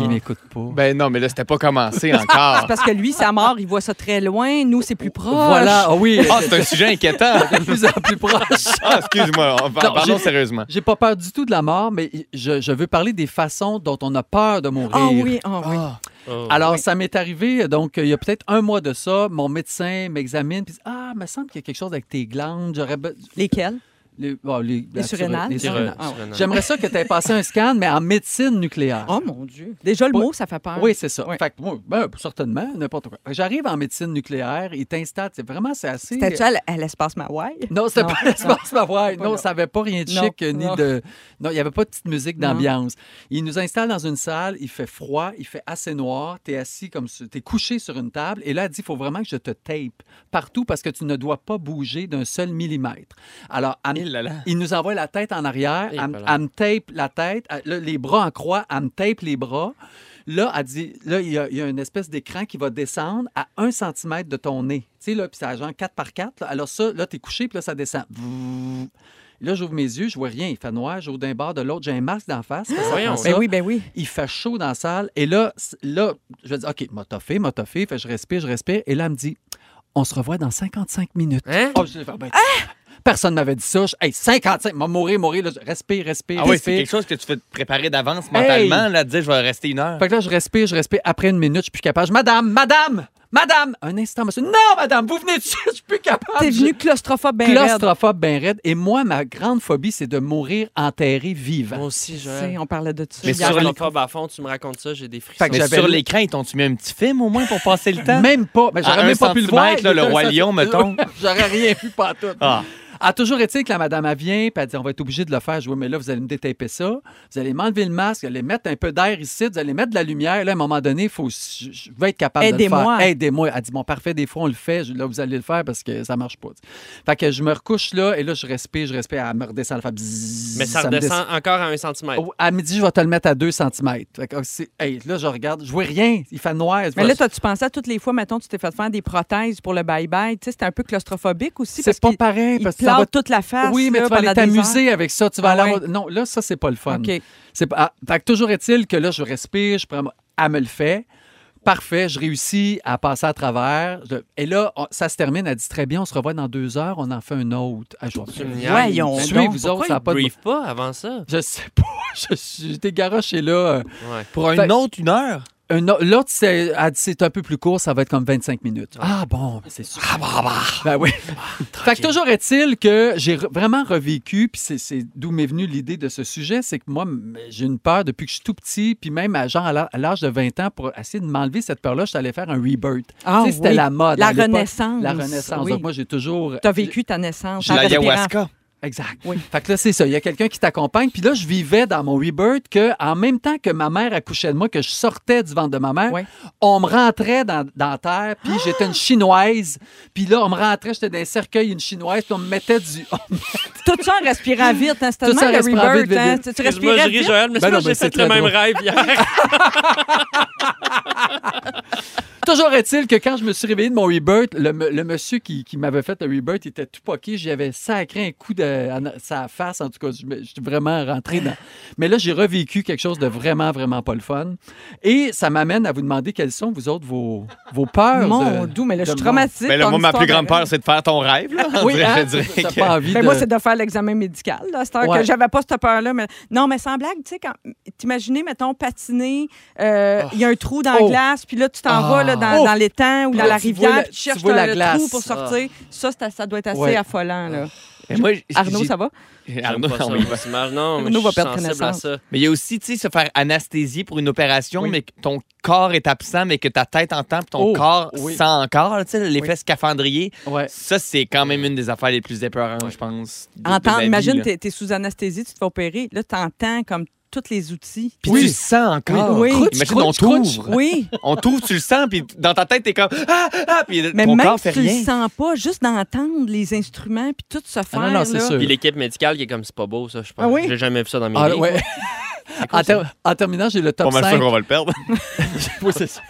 Speaker 9: Il m'écoute pas.
Speaker 10: Ben non, mais là, c'était pas commencé encore.
Speaker 1: Parce que lui, sa mort, il voit ça très loin. Nous, c'est plus proche.
Speaker 9: Voilà, ah oui,
Speaker 10: Ah, c'est un sujet inquiétant.
Speaker 9: de plus en plus proche.
Speaker 10: Ah, excuse-moi, on va-
Speaker 9: Non,
Speaker 10: parlons
Speaker 9: j'ai-
Speaker 10: sérieusement.
Speaker 9: J'ai pas peur du tout de la mort, mais je, je veux parler des façons dont on a peur de mourir.
Speaker 1: Ah oui, ah oui.
Speaker 9: Ah.
Speaker 6: Oh.
Speaker 9: Alors, ça m'est arrivé, donc, il y a peut-être un mois de ça, mon médecin m'examine, puis dit, Ah, me semble qu'il y a quelque chose avec tes glandes. J'aurais. be-
Speaker 1: Lesquels?
Speaker 9: Les, bon, les-
Speaker 1: Les
Speaker 9: la-
Speaker 1: surrénales?
Speaker 9: les
Speaker 6: Sur-
Speaker 9: surrénales.
Speaker 1: Ah ouais.
Speaker 6: sur un an.
Speaker 9: J'aimerais ça que tu aies passé un scan, mais en médecine nucléaire.
Speaker 1: Oh mon Dieu. Déjà, le
Speaker 9: Oui.
Speaker 1: mot, ça fait peur.
Speaker 9: Oui, c'est ça.
Speaker 1: Ouais.
Speaker 9: Fait que, moi, ben, certainement, n'importe quoi. Fait que J'arrive en médecine nucléaire, ils t'installent. C'est vraiment, c'est assez. euh,
Speaker 1: C'était-tu à l- à l'espace Mawai?
Speaker 9: Non, c'était
Speaker 1: Non,
Speaker 9: pas l'espace Mawai.
Speaker 1: pas
Speaker 9: Non,
Speaker 1: là.
Speaker 9: ça n'avait pas rien de
Speaker 1: Non,
Speaker 9: chic, euh,
Speaker 1: non.
Speaker 9: ni de. Non, il n'y avait pas de petite musique
Speaker 1: Non.
Speaker 9: d'ambiance. Il nous installe dans une salle, il fait froid, il fait assez noir, tu es assis comme. Tu es couché sur une table, et là, elle dit il faut vraiment que je te tape partout parce que tu ne dois pas bouger d'un seul millimètre. Alors, elle me
Speaker 10: là là.
Speaker 9: Il nous envoie la tête en arrière.
Speaker 6: Et
Speaker 9: Elle, me-
Speaker 6: voilà.
Speaker 9: elle me tape la tête. Elle- là, les bras en croix. Elle me tape les bras. Là, elle dit, là, il y, a- il y a une espèce d'écran qui va descendre à 1 cm de ton nez. Tu sais, là, puis c'est genre 4 par 4. là. Alors ça, là, t'es couché, puis là, ça descend. Vroom. Là, j'ouvre mes yeux, je vois rien. Il fait noir, j'ouvre d'un bord de l'autre, j'ai un masque d'en face. Ça
Speaker 6: Voyons.
Speaker 9: prend ça.
Speaker 1: Ben oui, ben oui.
Speaker 9: Il fait chaud dans la salle. Et là, c- là je dis, OK, m'a toffé, m'a toffé. Fait, que je respire, je respire. Et là, elle me dit, on se revoit dans 55 minutes.
Speaker 6: Hein?
Speaker 9: Oh, je l'ai fait, ben, Personne m'avait dit ça. Je- hey, 55, m'a mourir, mourir. là. Je- respire, respire,
Speaker 10: Ah oui, c'est
Speaker 9: respire.
Speaker 10: quelque chose que tu fais te préparer d'avance mentalement, là, de dire je vais rester une heure.
Speaker 9: Fait que là, je respire, je respire. Après une minute, je suis plus capable. Je, madame, madame, madame. Un instant, monsieur. Non, madame, vous venez de je suis plus capable.
Speaker 1: T'es
Speaker 9: Je-
Speaker 1: venu claustrophobe ben raide.
Speaker 9: claustrophobe ben raide. Et moi, ma grande phobie, c'est de mourir enterré vivant.
Speaker 6: Moi aussi,
Speaker 1: Tu sais,
Speaker 6: je.
Speaker 1: On parlait de ça.
Speaker 6: Mais
Speaker 9: hier,
Speaker 6: sur
Speaker 9: on-
Speaker 6: l'ophobe à fond, tu me racontes ça, j'ai des
Speaker 9: Fait
Speaker 6: frissons.
Speaker 9: que
Speaker 10: Mais
Speaker 9: j'avais
Speaker 10: sur
Speaker 9: lu-
Speaker 10: l'écran, ils t'ont-tu mis un petit film au moins pour passer le temps?
Speaker 9: Même pas. Mais
Speaker 10: À
Speaker 9: j'aurais
Speaker 10: un
Speaker 9: même pas pu le voir.
Speaker 10: centimètre, là, le
Speaker 9: Il était
Speaker 10: Roi
Speaker 9: un
Speaker 10: Lion,
Speaker 9: centimètre.
Speaker 10: mettons.
Speaker 9: j'aurais rien vu pas tout.
Speaker 10: Ah.
Speaker 9: À toujours est-il que la madame elle vient, puis elle dit on va être obligé de le faire. Je dis oui, mais là, vous allez me détaper ça. Vous allez m'enlever le masque, vous allez mettre un peu d'air ici, vous allez mettre de la lumière. Là, à un moment donné, faut, je, je vais être capable de le
Speaker 1: Aidez-moi.
Speaker 9: faire. Aidez-moi. Elle dit bon, parfait, des fois, on le fait. Je dis, là, vous allez le faire parce que ça marche pas. Fait que je me recouche là, et là, je respire, je respire. Elle me redescend, elle fait bzzz,
Speaker 6: Mais ça
Speaker 9: me descend.
Speaker 6: redescend encore à un centimètre.
Speaker 9: Oh, À midi, je vais te le mettre à 2 cm. oh, là, je regarde, je vois rien. Il fait noir.
Speaker 1: Mais là, t'as-tu pensé à toutes les fois, mettons, tu t'es fait faire des prothèses pour le bye-bye? Tu sais, c'était un peu claustrophobique aussi.
Speaker 9: c'est
Speaker 1: parce
Speaker 9: pas
Speaker 1: qu'il-
Speaker 9: pareil.
Speaker 1: il
Speaker 9: parce
Speaker 1: te
Speaker 9: que ça va
Speaker 1: plante toute la face.
Speaker 9: Oui, mais
Speaker 1: là,
Speaker 9: tu vas aller
Speaker 1: pendant des
Speaker 9: t'amuser avec ça. Tu vas
Speaker 1: Ah
Speaker 9: aller
Speaker 1: ouais.
Speaker 9: avoir- Non, là, ça, c'est pas le fun.
Speaker 1: heures. OK.
Speaker 9: C'est pas- ah, fait que toujours est-il que là, je respire, je prends. Elle me le fait. Parfait, je réussis à passer à travers. Je- Et là, on- ça se termine. Elle dit très bien, on se revoit dans deux heures, on en fait un autre. Ah, je vais-
Speaker 1: Voyons.
Speaker 9: Suivez,
Speaker 1: donc.
Speaker 9: vous autres,
Speaker 6: Pourquoi
Speaker 9: ça a
Speaker 6: ils
Speaker 9: pas de-
Speaker 6: briefent pas avant ça?
Speaker 9: Je sais pas, je suis- j'étais garoché là. euh,
Speaker 6: Ouais.
Speaker 10: Pour un
Speaker 9: Fait-
Speaker 10: autre, une heure?
Speaker 9: un o- L'autre, c'est elle dit, c'est un peu plus court, ça va être comme 25 minutes. Ah bon, c'est sûr. Ah bah, bah. Ben oui. fait que toujours est-il que j'ai re- vraiment revécu, puis c'est- c'est d'où m'est venue l'idée de ce sujet, c'est que moi, m- j'ai une peur depuis que je suis tout petit, puis même à genre à l'a- à l'âge de 20 ans, pour essayer de m'enlever cette peur-là, je suis allé faire un rebirth.
Speaker 1: Ah,
Speaker 9: Tu sais, c'était
Speaker 1: oui.
Speaker 9: la mode.
Speaker 1: La
Speaker 9: à l'époque.
Speaker 1: renaissance.
Speaker 9: La renaissance.
Speaker 1: Oui.
Speaker 9: Donc, moi, j'ai toujours...
Speaker 1: T'as vécu ta naissance.
Speaker 10: J'ai
Speaker 1: en respirant.
Speaker 10: l'ayahuasca.
Speaker 9: Exact. Fait que là, c'est ça. Il y a quelqu'un qui t'accompagne. Puis là, je vivais dans mon rebirth que, en même temps que ma mère accouchait de moi, que je sortais du ventre de ma mère,
Speaker 1: Ouais.
Speaker 9: on me rentrait dans, dans la terre.
Speaker 1: Ah!
Speaker 9: Puis j'étais une chinoise. Puis là, on me rentrait, j'étais dans un cercueil, une chinoise. Puis on me mettait du.
Speaker 1: Tout ça en respirant vite. Hein. C'était
Speaker 9: Tout
Speaker 1: tellement
Speaker 9: ça en
Speaker 1: le
Speaker 9: respirant
Speaker 1: rebirth.
Speaker 9: vite, vite,
Speaker 1: hein.
Speaker 9: vite.
Speaker 1: Tu- Tu
Speaker 6: Excuse-moi, je
Speaker 1: respirais
Speaker 6: ris,
Speaker 1: vite.
Speaker 6: Joël,
Speaker 9: Ben
Speaker 6: mais c'est
Speaker 9: non,
Speaker 6: moi,
Speaker 9: mais
Speaker 6: j'ai
Speaker 9: c'est
Speaker 6: fait
Speaker 9: très
Speaker 6: le même
Speaker 9: drôle.
Speaker 6: rêve hier.
Speaker 9: Toujours est-il que quand je me suis réveillé de mon rebirth, le, m- le monsieur qui, qui m'avait fait le rebirth, il était tout poqué. J'y avais sacré un coup de en- sa face. En tout cas, je me- je suis vraiment rentré dans. Mais là, j'ai revécu quelque chose de vraiment, vraiment pas le fun. Et ça m'amène à vous demander quelles sont, vous autres, vos, vos peurs.
Speaker 1: Mon
Speaker 9: de-
Speaker 1: doux, mais là, je suis
Speaker 9: de
Speaker 1: traumatisée.
Speaker 10: Mais Ben là,
Speaker 1: ton
Speaker 10: moi, ma plus
Speaker 1: histoire
Speaker 10: grande
Speaker 1: de-
Speaker 10: peur, c'est de faire ton rêve, là. On
Speaker 9: Oui,
Speaker 10: dirait-
Speaker 9: hein?
Speaker 10: je dirais
Speaker 9: T'as
Speaker 10: que-
Speaker 9: pas envie
Speaker 1: Ben,
Speaker 9: de-
Speaker 1: Moi, c'est de faire l'examen médical. là, C'est-à-dire
Speaker 9: Ouais.
Speaker 1: que j'avais pas cette peur-là. Mais... Non, mais sans blague, tu sais, quand. T'imaginer, mettons, patiner, euh, il y a un trou dans
Speaker 9: Oh.
Speaker 1: la glace, puis là, tu t'en
Speaker 9: Ah.
Speaker 1: vas là, dans,
Speaker 9: Oh.
Speaker 1: dans l'étang ou dans
Speaker 9: Là,
Speaker 1: la
Speaker 9: tu vois la-
Speaker 1: rivière, puis tu
Speaker 9: tu
Speaker 1: cherches
Speaker 9: vois la
Speaker 1: le
Speaker 9: glace. Ah.
Speaker 1: trou pour sortir. Ça, ça, ça doit être assez
Speaker 9: Ouais. Ah.
Speaker 1: affolant. Là.
Speaker 10: Mais moi, j-
Speaker 1: Arnaud,
Speaker 10: j'ai-
Speaker 1: ça va?
Speaker 10: Arnaud,
Speaker 6: J'aime pas ça,
Speaker 10: on y va.
Speaker 6: cette image. Non, mais
Speaker 1: Arnaud
Speaker 6: je
Speaker 1: va
Speaker 6: suis
Speaker 1: perdre
Speaker 6: sensible à
Speaker 1: connaissance.
Speaker 6: ça.
Speaker 10: Mais il y a aussi, tu sais, se faire anesthésier pour une opération, mais que ton corps est absent, mais que ta tête entend, puis ton
Speaker 9: Oh,
Speaker 10: corps
Speaker 9: oui.
Speaker 10: sent encore, tu sais, l'effet scaphandrier.
Speaker 9: Ouais.
Speaker 10: Ça, c'est quand même une des affaires les plus épeurantes, je pense. de- de ma
Speaker 1: Entendre,
Speaker 10: vie,
Speaker 1: imagine,
Speaker 10: là.
Speaker 1: t'es es sous anesthésie, tu te fais opérer. Là, t'entends comme tous les outils.
Speaker 10: Puis tu le sens encore.
Speaker 1: Oui. Croûte,
Speaker 10: Imagine, on
Speaker 9: croûte, croûte.
Speaker 10: t'ouvre.
Speaker 1: Oui,
Speaker 10: On t'ouvre, tu le sens, puis dans ta tête, t'es comme Ah, ah, puis
Speaker 1: mais
Speaker 10: ton
Speaker 1: même
Speaker 10: corps
Speaker 1: si
Speaker 10: fait
Speaker 1: tu le
Speaker 10: rien.
Speaker 1: sens pas, juste d'entendre les instruments puis tout se faire.
Speaker 9: Ah non, non, c'est
Speaker 1: là.
Speaker 9: sûr.
Speaker 6: Puis l'équipe médicale qui est comme c'est pas beau, ça, je pense.
Speaker 1: Ah oui?
Speaker 6: J'ai jamais vu ça dans mes
Speaker 9: Ah,
Speaker 6: vies.
Speaker 9: ouais. en, ter- en terminant, j'ai le top 5.
Speaker 10: va le perdre.
Speaker 9: Oui, c'est ça.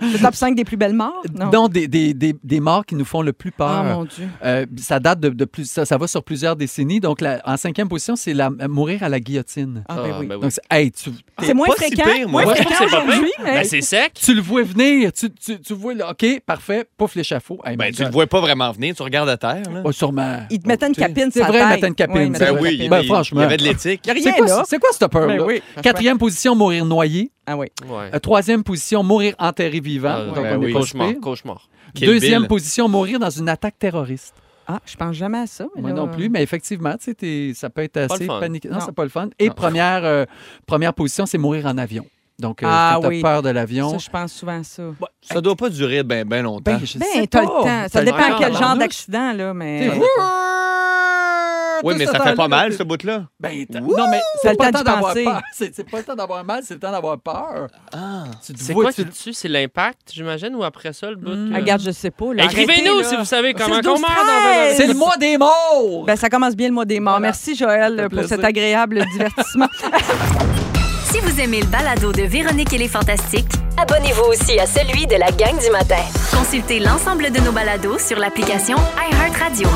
Speaker 1: Le top 5 des plus belles morts? Non.
Speaker 9: Donc, des, des, des, des morts qui nous font le plus
Speaker 1: Ah,
Speaker 9: peur.
Speaker 1: mon Dieu.
Speaker 9: Euh, ça date de, de plus, ça, ça va sur plusieurs décennies. Donc, la- en cinquième position, c'est la, euh, mourir à la guillotine.
Speaker 1: Ah, ben oui.
Speaker 9: Donc, c'est- hey, tu,
Speaker 1: C'est moins
Speaker 10: pas si
Speaker 1: fréquent.
Speaker 10: pire, moi.
Speaker 1: moins
Speaker 10: Ouais,
Speaker 1: fréquent
Speaker 6: c'est pas pire.
Speaker 1: aujourd'hui, mais.
Speaker 6: Ben, c'est sec.
Speaker 9: tu le vois venir. Tu, tu, tu vois, là, OK, parfait, pouf l'échafaud. Hey,
Speaker 10: Ben,
Speaker 9: my
Speaker 10: tu le
Speaker 9: God.
Speaker 10: vois pas vraiment venir, tu regardes à terre. Là.
Speaker 9: Oh, sûrement.
Speaker 1: Il te mettait une
Speaker 9: Tu sais,
Speaker 1: capine
Speaker 9: C'est
Speaker 1: sur la
Speaker 9: vrai, il
Speaker 1: tête.
Speaker 9: mettait une capine.
Speaker 1: Oui, il mettait
Speaker 9: c'est
Speaker 10: Ben
Speaker 9: vrai.
Speaker 1: une
Speaker 10: oui,
Speaker 1: capine.
Speaker 10: il y
Speaker 9: Ben,
Speaker 10: avait,
Speaker 9: franchement.
Speaker 10: il y avait de l'éthique.
Speaker 1: Il n'y a
Speaker 9: C'est
Speaker 1: rien
Speaker 9: quoi,
Speaker 1: là.
Speaker 9: c'est quoi cette peur-là?
Speaker 1: Ben oui.
Speaker 9: Quatrième position, mourir noyé.
Speaker 1: Ah oui.
Speaker 6: Ouais.
Speaker 9: Euh, troisième position, mourir enterré vivant.
Speaker 6: Ah,
Speaker 9: Donc,
Speaker 6: ben
Speaker 9: on est
Speaker 6: oui.
Speaker 9: pas
Speaker 6: Cauchemar,
Speaker 9: si pire.
Speaker 6: cauchemar.
Speaker 10: Kill
Speaker 9: Deuxième
Speaker 10: Bill.
Speaker 9: position, mourir dans une attaque terroriste.
Speaker 1: Ah, je pense jamais à ça. mais
Speaker 9: Moi
Speaker 1: là,
Speaker 9: non plus, mais effectivement, tu sais, t'es- ça peut être
Speaker 6: Pas le
Speaker 9: assez
Speaker 6: fun.
Speaker 9: paniqué. Non,
Speaker 1: Non.
Speaker 9: c'est pas le fun. Et première, euh, première position, c'est mourir en avion. Donc, euh,
Speaker 1: Ah
Speaker 9: quand t'as
Speaker 1: oui.
Speaker 9: peur de
Speaker 1: euh,
Speaker 9: l'avion,
Speaker 1: Ça, je pense souvent à ça.
Speaker 10: Ça doit pas durer bien ben longtemps.
Speaker 9: ben, je sais
Speaker 1: Ben, t'as le
Speaker 9: pas.
Speaker 10: hein?
Speaker 1: temps. Ça
Speaker 9: T'as
Speaker 1: dépend
Speaker 9: le temps.
Speaker 1: quel genre
Speaker 9: Tabarnouche.
Speaker 1: d'accident, là, mais.
Speaker 9: T'sais,
Speaker 10: Oui,
Speaker 9: tout
Speaker 10: mais
Speaker 9: ce
Speaker 10: ça
Speaker 9: temps-là,
Speaker 10: fait pas mal,
Speaker 9: là.
Speaker 10: ce bout-là.
Speaker 9: Ben, t'as-
Speaker 10: Wouh!
Speaker 9: Ah, non, mais
Speaker 1: T'as
Speaker 9: c'est
Speaker 1: le
Speaker 9: pas le
Speaker 1: temps
Speaker 9: temps
Speaker 1: d'y
Speaker 9: d'avoir
Speaker 1: penser.
Speaker 9: peur. C'est c'est pas le temps d'avoir mal, c'est le temps d'avoir peur.
Speaker 10: Ah.
Speaker 9: Tu te
Speaker 6: C'est
Speaker 9: vois,
Speaker 6: quoi
Speaker 9: tu- Mm.
Speaker 6: tu dessus? C'est l'impact, j'imagine, ou après ça, le bout? que-
Speaker 1: Regarde, je sais pas. là.
Speaker 6: Écrivez-nous
Speaker 1: Arrêtez,
Speaker 6: si
Speaker 1: là.
Speaker 6: vous savez comment
Speaker 1: 12,
Speaker 6: on meurt dans un-
Speaker 9: C'est le mois des morts!
Speaker 1: Ben, ça commence bien le mois des morts. Merci, Joël, pour
Speaker 9: plaisir.
Speaker 1: cet agréable divertissement.
Speaker 7: Si vous aimez le balado de Véronique et les Fantastiques,
Speaker 8: Abonnez-vous aussi à celui de la gang du matin.
Speaker 7: consultez l'ensemble de nos balados sur l'application iHeartRadio.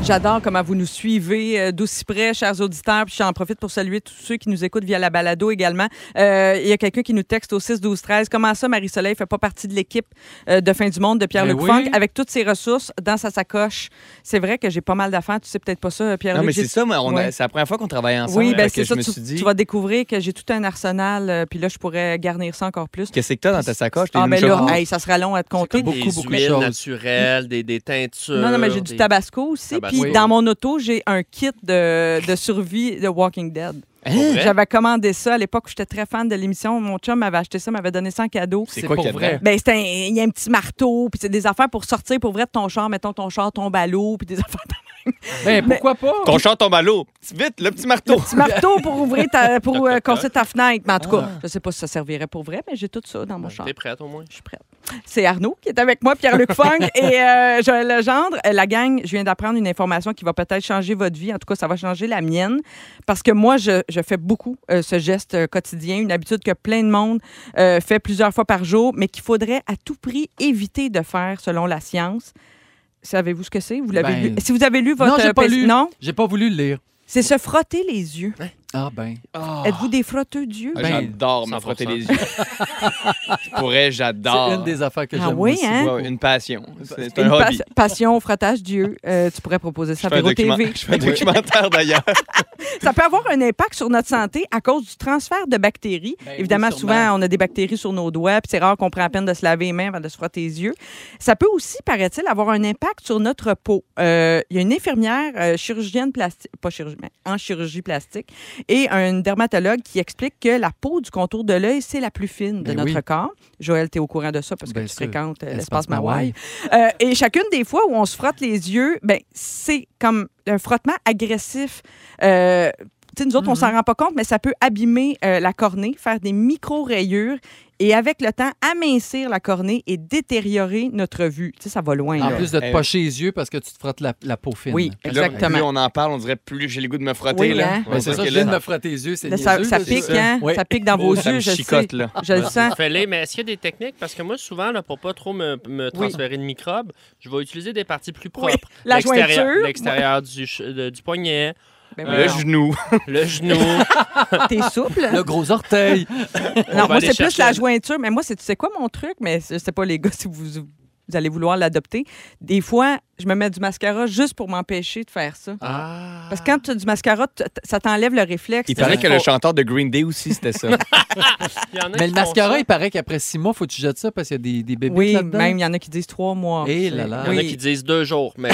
Speaker 1: J'adore comment vous nous suivez euh, d'aussi près, chers auditeurs. Puis j'en profite pour saluer tous ceux qui nous écoutent via la balado également. Euh, Il y a quelqu'un qui nous texte au 6 12 13 Comment ça, Marie-Soleil fait pas partie de l'équipe euh, de Fin du Monde de Pierre-Luc
Speaker 9: Ben oui.
Speaker 1: Funk avec toutes ses ressources dans sa sacoche? C'est vrai que j'ai pas mal d'affaires. Tu sais peut-être pas ça, Pierre-Luc.
Speaker 10: Non, mais
Speaker 1: J'ai-
Speaker 10: c'est ça, mais on a-
Speaker 1: Ouais.
Speaker 10: c'est la première fois qu'on travaille ensemble.
Speaker 1: Oui, ben
Speaker 10: Fait
Speaker 1: c'est
Speaker 10: que
Speaker 1: ça.
Speaker 10: Je me
Speaker 1: Tu,
Speaker 10: suis dit,
Speaker 1: tu vas découvrir que j'ai tout un arsenal, euh, puis là, je pourrais garnir ça encore plus.
Speaker 10: qu'est-ce que t'as dans ta sacoche? T'as
Speaker 1: Ah,
Speaker 10: une
Speaker 1: ben là,
Speaker 10: chose-
Speaker 1: hey, ça sera long à te compter.
Speaker 9: beaucoup,
Speaker 6: des
Speaker 9: beaucoup de
Speaker 6: huiles
Speaker 9: choses.
Speaker 6: naturelles, des, des teintures.
Speaker 1: Non, non, mais j'ai du
Speaker 6: des-
Speaker 1: tabasco aussi.
Speaker 6: Tabasco.
Speaker 1: Puis dans mon auto, j'ai un kit de, de survie de Walking Dead.
Speaker 10: Hein?
Speaker 6: vrai?
Speaker 1: J'avais commandé ça à l'époque où j'étais très fan de l'émission. Mon chum m'avait acheté ça, m'avait donné ça en cadeau.
Speaker 10: C'est quoi
Speaker 9: pour
Speaker 10: qu'il y a
Speaker 9: vrai.
Speaker 10: dedans?
Speaker 1: Ben, c'était un- il y a un petit marteau, puis c'est des affaires pour sortir pour vrai de ton char. Mettons, ton char tombe à l'eau, puis des affaires.
Speaker 9: Ben, pourquoi pas?
Speaker 10: Ton chat tombe à l'eau. Vite, le petit marteau.
Speaker 1: Petit marteau pour ouvrir ta, pour euh, casser ta fenêtre. Mais en tout
Speaker 9: Ah.
Speaker 1: cas, je sais pas si ça servirait pour vrai, mais j'ai tout ça dans
Speaker 9: Ben,
Speaker 1: mon char.
Speaker 6: T'es prête au moins?
Speaker 1: Je suis prête. C'est Arnaud qui est avec moi, Pierre-Luc Fong et euh, Joël Legendre. Euh, La gang, je viens d'apprendre une information qui va peut-être changer votre vie. En tout cas, ça va changer la mienne. Parce que moi, je, je fais beaucoup euh, ce geste euh, quotidien, une habitude que plein de monde euh, fait plusieurs fois par jour, mais qu'il faudrait à tout prix éviter de faire selon la science. Savez-vous ce que c'est? Vous l'avez lu?
Speaker 9: Ben,
Speaker 1: Si vous avez lu votre...
Speaker 9: non, j'ai
Speaker 1: euh,
Speaker 9: pas
Speaker 1: PC-
Speaker 9: lu.
Speaker 1: Non?
Speaker 9: J'ai pas voulu le lire.
Speaker 1: C'est se frotter les yeux.
Speaker 9: Ah ben.
Speaker 1: Êtes-vous des frotteux Ben, d'yeux?
Speaker 10: Ah,
Speaker 9: Ben,
Speaker 10: J'adore me
Speaker 6: 100%.
Speaker 10: frotter les yeux. Pour vrai, j'adore.
Speaker 9: C'est une des affaires que
Speaker 1: Ah
Speaker 9: j'aime
Speaker 1: oui,
Speaker 9: aussi.
Speaker 1: hein?
Speaker 10: Ouais, une passion. C'est c'est
Speaker 1: Une
Speaker 10: un
Speaker 1: pas-
Speaker 10: hobby.
Speaker 1: passion, frottage d'yeux. Euh, tu pourrais proposer
Speaker 10: Je
Speaker 1: ça
Speaker 10: fais,
Speaker 1: à
Speaker 10: un
Speaker 1: Véro
Speaker 10: document-
Speaker 1: TV.
Speaker 10: je fais un documentaire d'ailleurs.
Speaker 1: Ça peut avoir un impact sur notre santé à cause du transfert de bactéries.
Speaker 9: Ben oui,
Speaker 1: Évidemment,
Speaker 9: sûrement.
Speaker 1: souvent, on a des bactéries sur nos doigts, puis c'est rare qu'on prend la peine de se laver les mains avant de se frotter les yeux. Ça peut aussi, paraît-il, avoir un impact sur notre peau. Euh, Il y a une infirmière, euh, chirurgienne plastique, pas chirurgienne, en chirurgie plastique, et un dermatologue qui explique que la peau du contour de l'œil, c'est la plus fine de
Speaker 9: Ben
Speaker 1: notre
Speaker 9: oui.
Speaker 1: corps. Joël, tu es au courant de ça parce que
Speaker 9: Bien
Speaker 1: tu
Speaker 9: sûr.
Speaker 1: fréquentes euh,
Speaker 9: Espace
Speaker 1: l'espace Mawaï.
Speaker 9: Maouai.
Speaker 1: Euh, et chacune des fois où on se frotte les yeux, ben, c'est comme un frottement agressif. Euh, tu sais, nous autres, on
Speaker 9: Mm-hmm.
Speaker 1: s'en rend pas compte, mais ça peut abîmer euh, la cornée, faire des micro-rayures et avec le temps, amincir la cornée et détériorer notre vue. Tu sais, ça va loin.
Speaker 9: En
Speaker 1: là.
Speaker 9: plus de te
Speaker 10: Eh.
Speaker 9: pocher les yeux parce que tu te frottes la, la peau fine.
Speaker 1: oui,
Speaker 10: Puis là, Plus
Speaker 1: exactement.
Speaker 10: on en parle, on dirait plus j'ai le goût de me frotter.
Speaker 1: Oui,
Speaker 10: là.
Speaker 1: hein?
Speaker 9: Ben, c'est
Speaker 10: Parce
Speaker 9: ça,
Speaker 10: que
Speaker 9: je viens de
Speaker 10: là,
Speaker 9: me frotter les yeux, c'est
Speaker 1: Là, ça,
Speaker 9: niaiseux,
Speaker 1: ça
Speaker 9: là, c'est
Speaker 1: pique, hein?
Speaker 9: Oui.
Speaker 1: Ça pique dans vos
Speaker 10: ça
Speaker 1: yeux,
Speaker 10: me
Speaker 1: je le
Speaker 10: chicote,
Speaker 1: sais.
Speaker 10: là.
Speaker 1: Je le sens.
Speaker 6: Fais-les, mais est-ce qu'il y a des techniques? Parce que moi, souvent, là, pour pas trop me, me transférer de microbes, je vais utiliser des parties plus propres.
Speaker 1: La
Speaker 6: L'extérieur-
Speaker 1: jointure.
Speaker 6: L'extérieur du, ch- de- du poignet,
Speaker 1: Ben
Speaker 6: Euh,
Speaker 10: Le
Speaker 1: voyons.
Speaker 10: genou.
Speaker 6: le genou.
Speaker 1: T'es souple.
Speaker 9: Le gros orteil.
Speaker 1: Non, moi, c'est
Speaker 6: aller
Speaker 1: plus
Speaker 6: chercher-
Speaker 1: la jointure. Mais moi, c'est, tu sais quoi mon truc? Mais je sais pas, les gars, si vous, vous allez vouloir l'adopter. Des fois, je me mets du mascara juste pour m'empêcher de faire ça.
Speaker 6: ah.
Speaker 1: Parce que quand tu as du mascara, t- t- ça t'enlève le réflexe.
Speaker 10: Il paraît
Speaker 1: C'est-
Speaker 10: que le chanteur de Green Day aussi, c'était ça.
Speaker 6: Il y en a
Speaker 9: Mais
Speaker 6: qui
Speaker 9: le
Speaker 6: font
Speaker 9: mascara,
Speaker 6: ça.
Speaker 9: il paraît qu'après six mois, faut que tu jettes ça parce qu'il y a des, des bébés
Speaker 1: Oui,
Speaker 9: là-dedans.
Speaker 1: même, il y en a qui disent trois mois.
Speaker 9: Eh là là.
Speaker 6: Il y en a
Speaker 1: Oui.
Speaker 6: qui disent deux jours, mais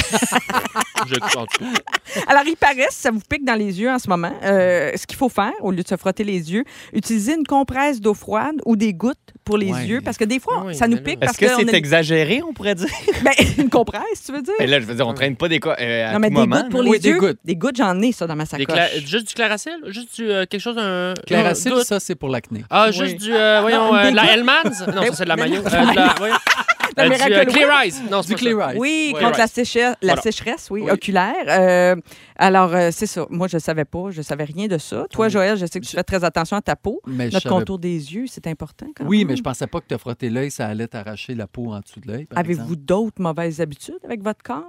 Speaker 6: je en tout cas,
Speaker 1: Alors, il paraît, si ça vous pique dans les yeux en ce moment, euh, ce qu'il faut faire, au lieu de se frotter les yeux, utiliser une compresse d'eau froide ou des gouttes pour les
Speaker 9: Ouais.
Speaker 1: yeux, parce que des fois,
Speaker 6: Ah oui,
Speaker 1: ça nous
Speaker 6: mais là-
Speaker 1: pique parce
Speaker 10: Est-ce que
Speaker 1: on
Speaker 10: c'est
Speaker 1: a-
Speaker 10: exagéré, on pourrait dire?
Speaker 1: Ben, une compresse, tu veux dire?
Speaker 10: Et là, je veux dire, on traîne pas des quoi euh, à
Speaker 1: non,
Speaker 10: tout
Speaker 1: mais des
Speaker 10: moment.
Speaker 1: gouttes pour
Speaker 10: là.
Speaker 1: les
Speaker 9: Oui, des
Speaker 1: yeux.
Speaker 9: gouttes.
Speaker 1: Des gouttes, j'en ai ça dans ma
Speaker 6: Des
Speaker 1: sacoche.
Speaker 6: cla- juste du claracil? Juste du, euh, quelque chose, un.
Speaker 9: Claracil,
Speaker 6: un doute?
Speaker 9: ça, c'est pour l'acné.
Speaker 6: Ah,
Speaker 1: Oui.
Speaker 6: juste du. euh, voyons,
Speaker 1: Non,
Speaker 6: euh,
Speaker 1: des
Speaker 6: de la
Speaker 1: gouttes.
Speaker 6: Hellman's? Non, ça, c'est de la
Speaker 1: Mais
Speaker 6: maillot.
Speaker 1: non,
Speaker 6: Euh, de la- voyons.
Speaker 1: La
Speaker 6: Euh, du euh,
Speaker 1: Miracle
Speaker 6: Clear Eyes. Non, c'est
Speaker 9: Du
Speaker 6: pas
Speaker 9: Clear
Speaker 6: ça.
Speaker 9: Eyes.
Speaker 1: Oui,
Speaker 6: Ouais.
Speaker 1: contre
Speaker 6: Right.
Speaker 1: la, sécheresse, la
Speaker 6: Voilà.
Speaker 1: sécheresse, oui,
Speaker 6: Oui.
Speaker 1: oculaire. Euh, alors, euh, c'est ça. Moi, je ne savais pas. Je savais rien de ça. Toi,
Speaker 9: Oui.
Speaker 1: Joël, je sais que tu fais très attention à ta peau.
Speaker 9: Mais je
Speaker 1: Notre
Speaker 9: savais-
Speaker 1: contour des yeux, c'est important quand
Speaker 9: Oui,
Speaker 1: même.
Speaker 9: mais je pensais pas que te frotter l'œil, ça allait t'arracher la peau en dessous de l'œil. par
Speaker 1: Avez-vous
Speaker 9: exemple.
Speaker 1: d'autres mauvaises habitudes avec votre corps?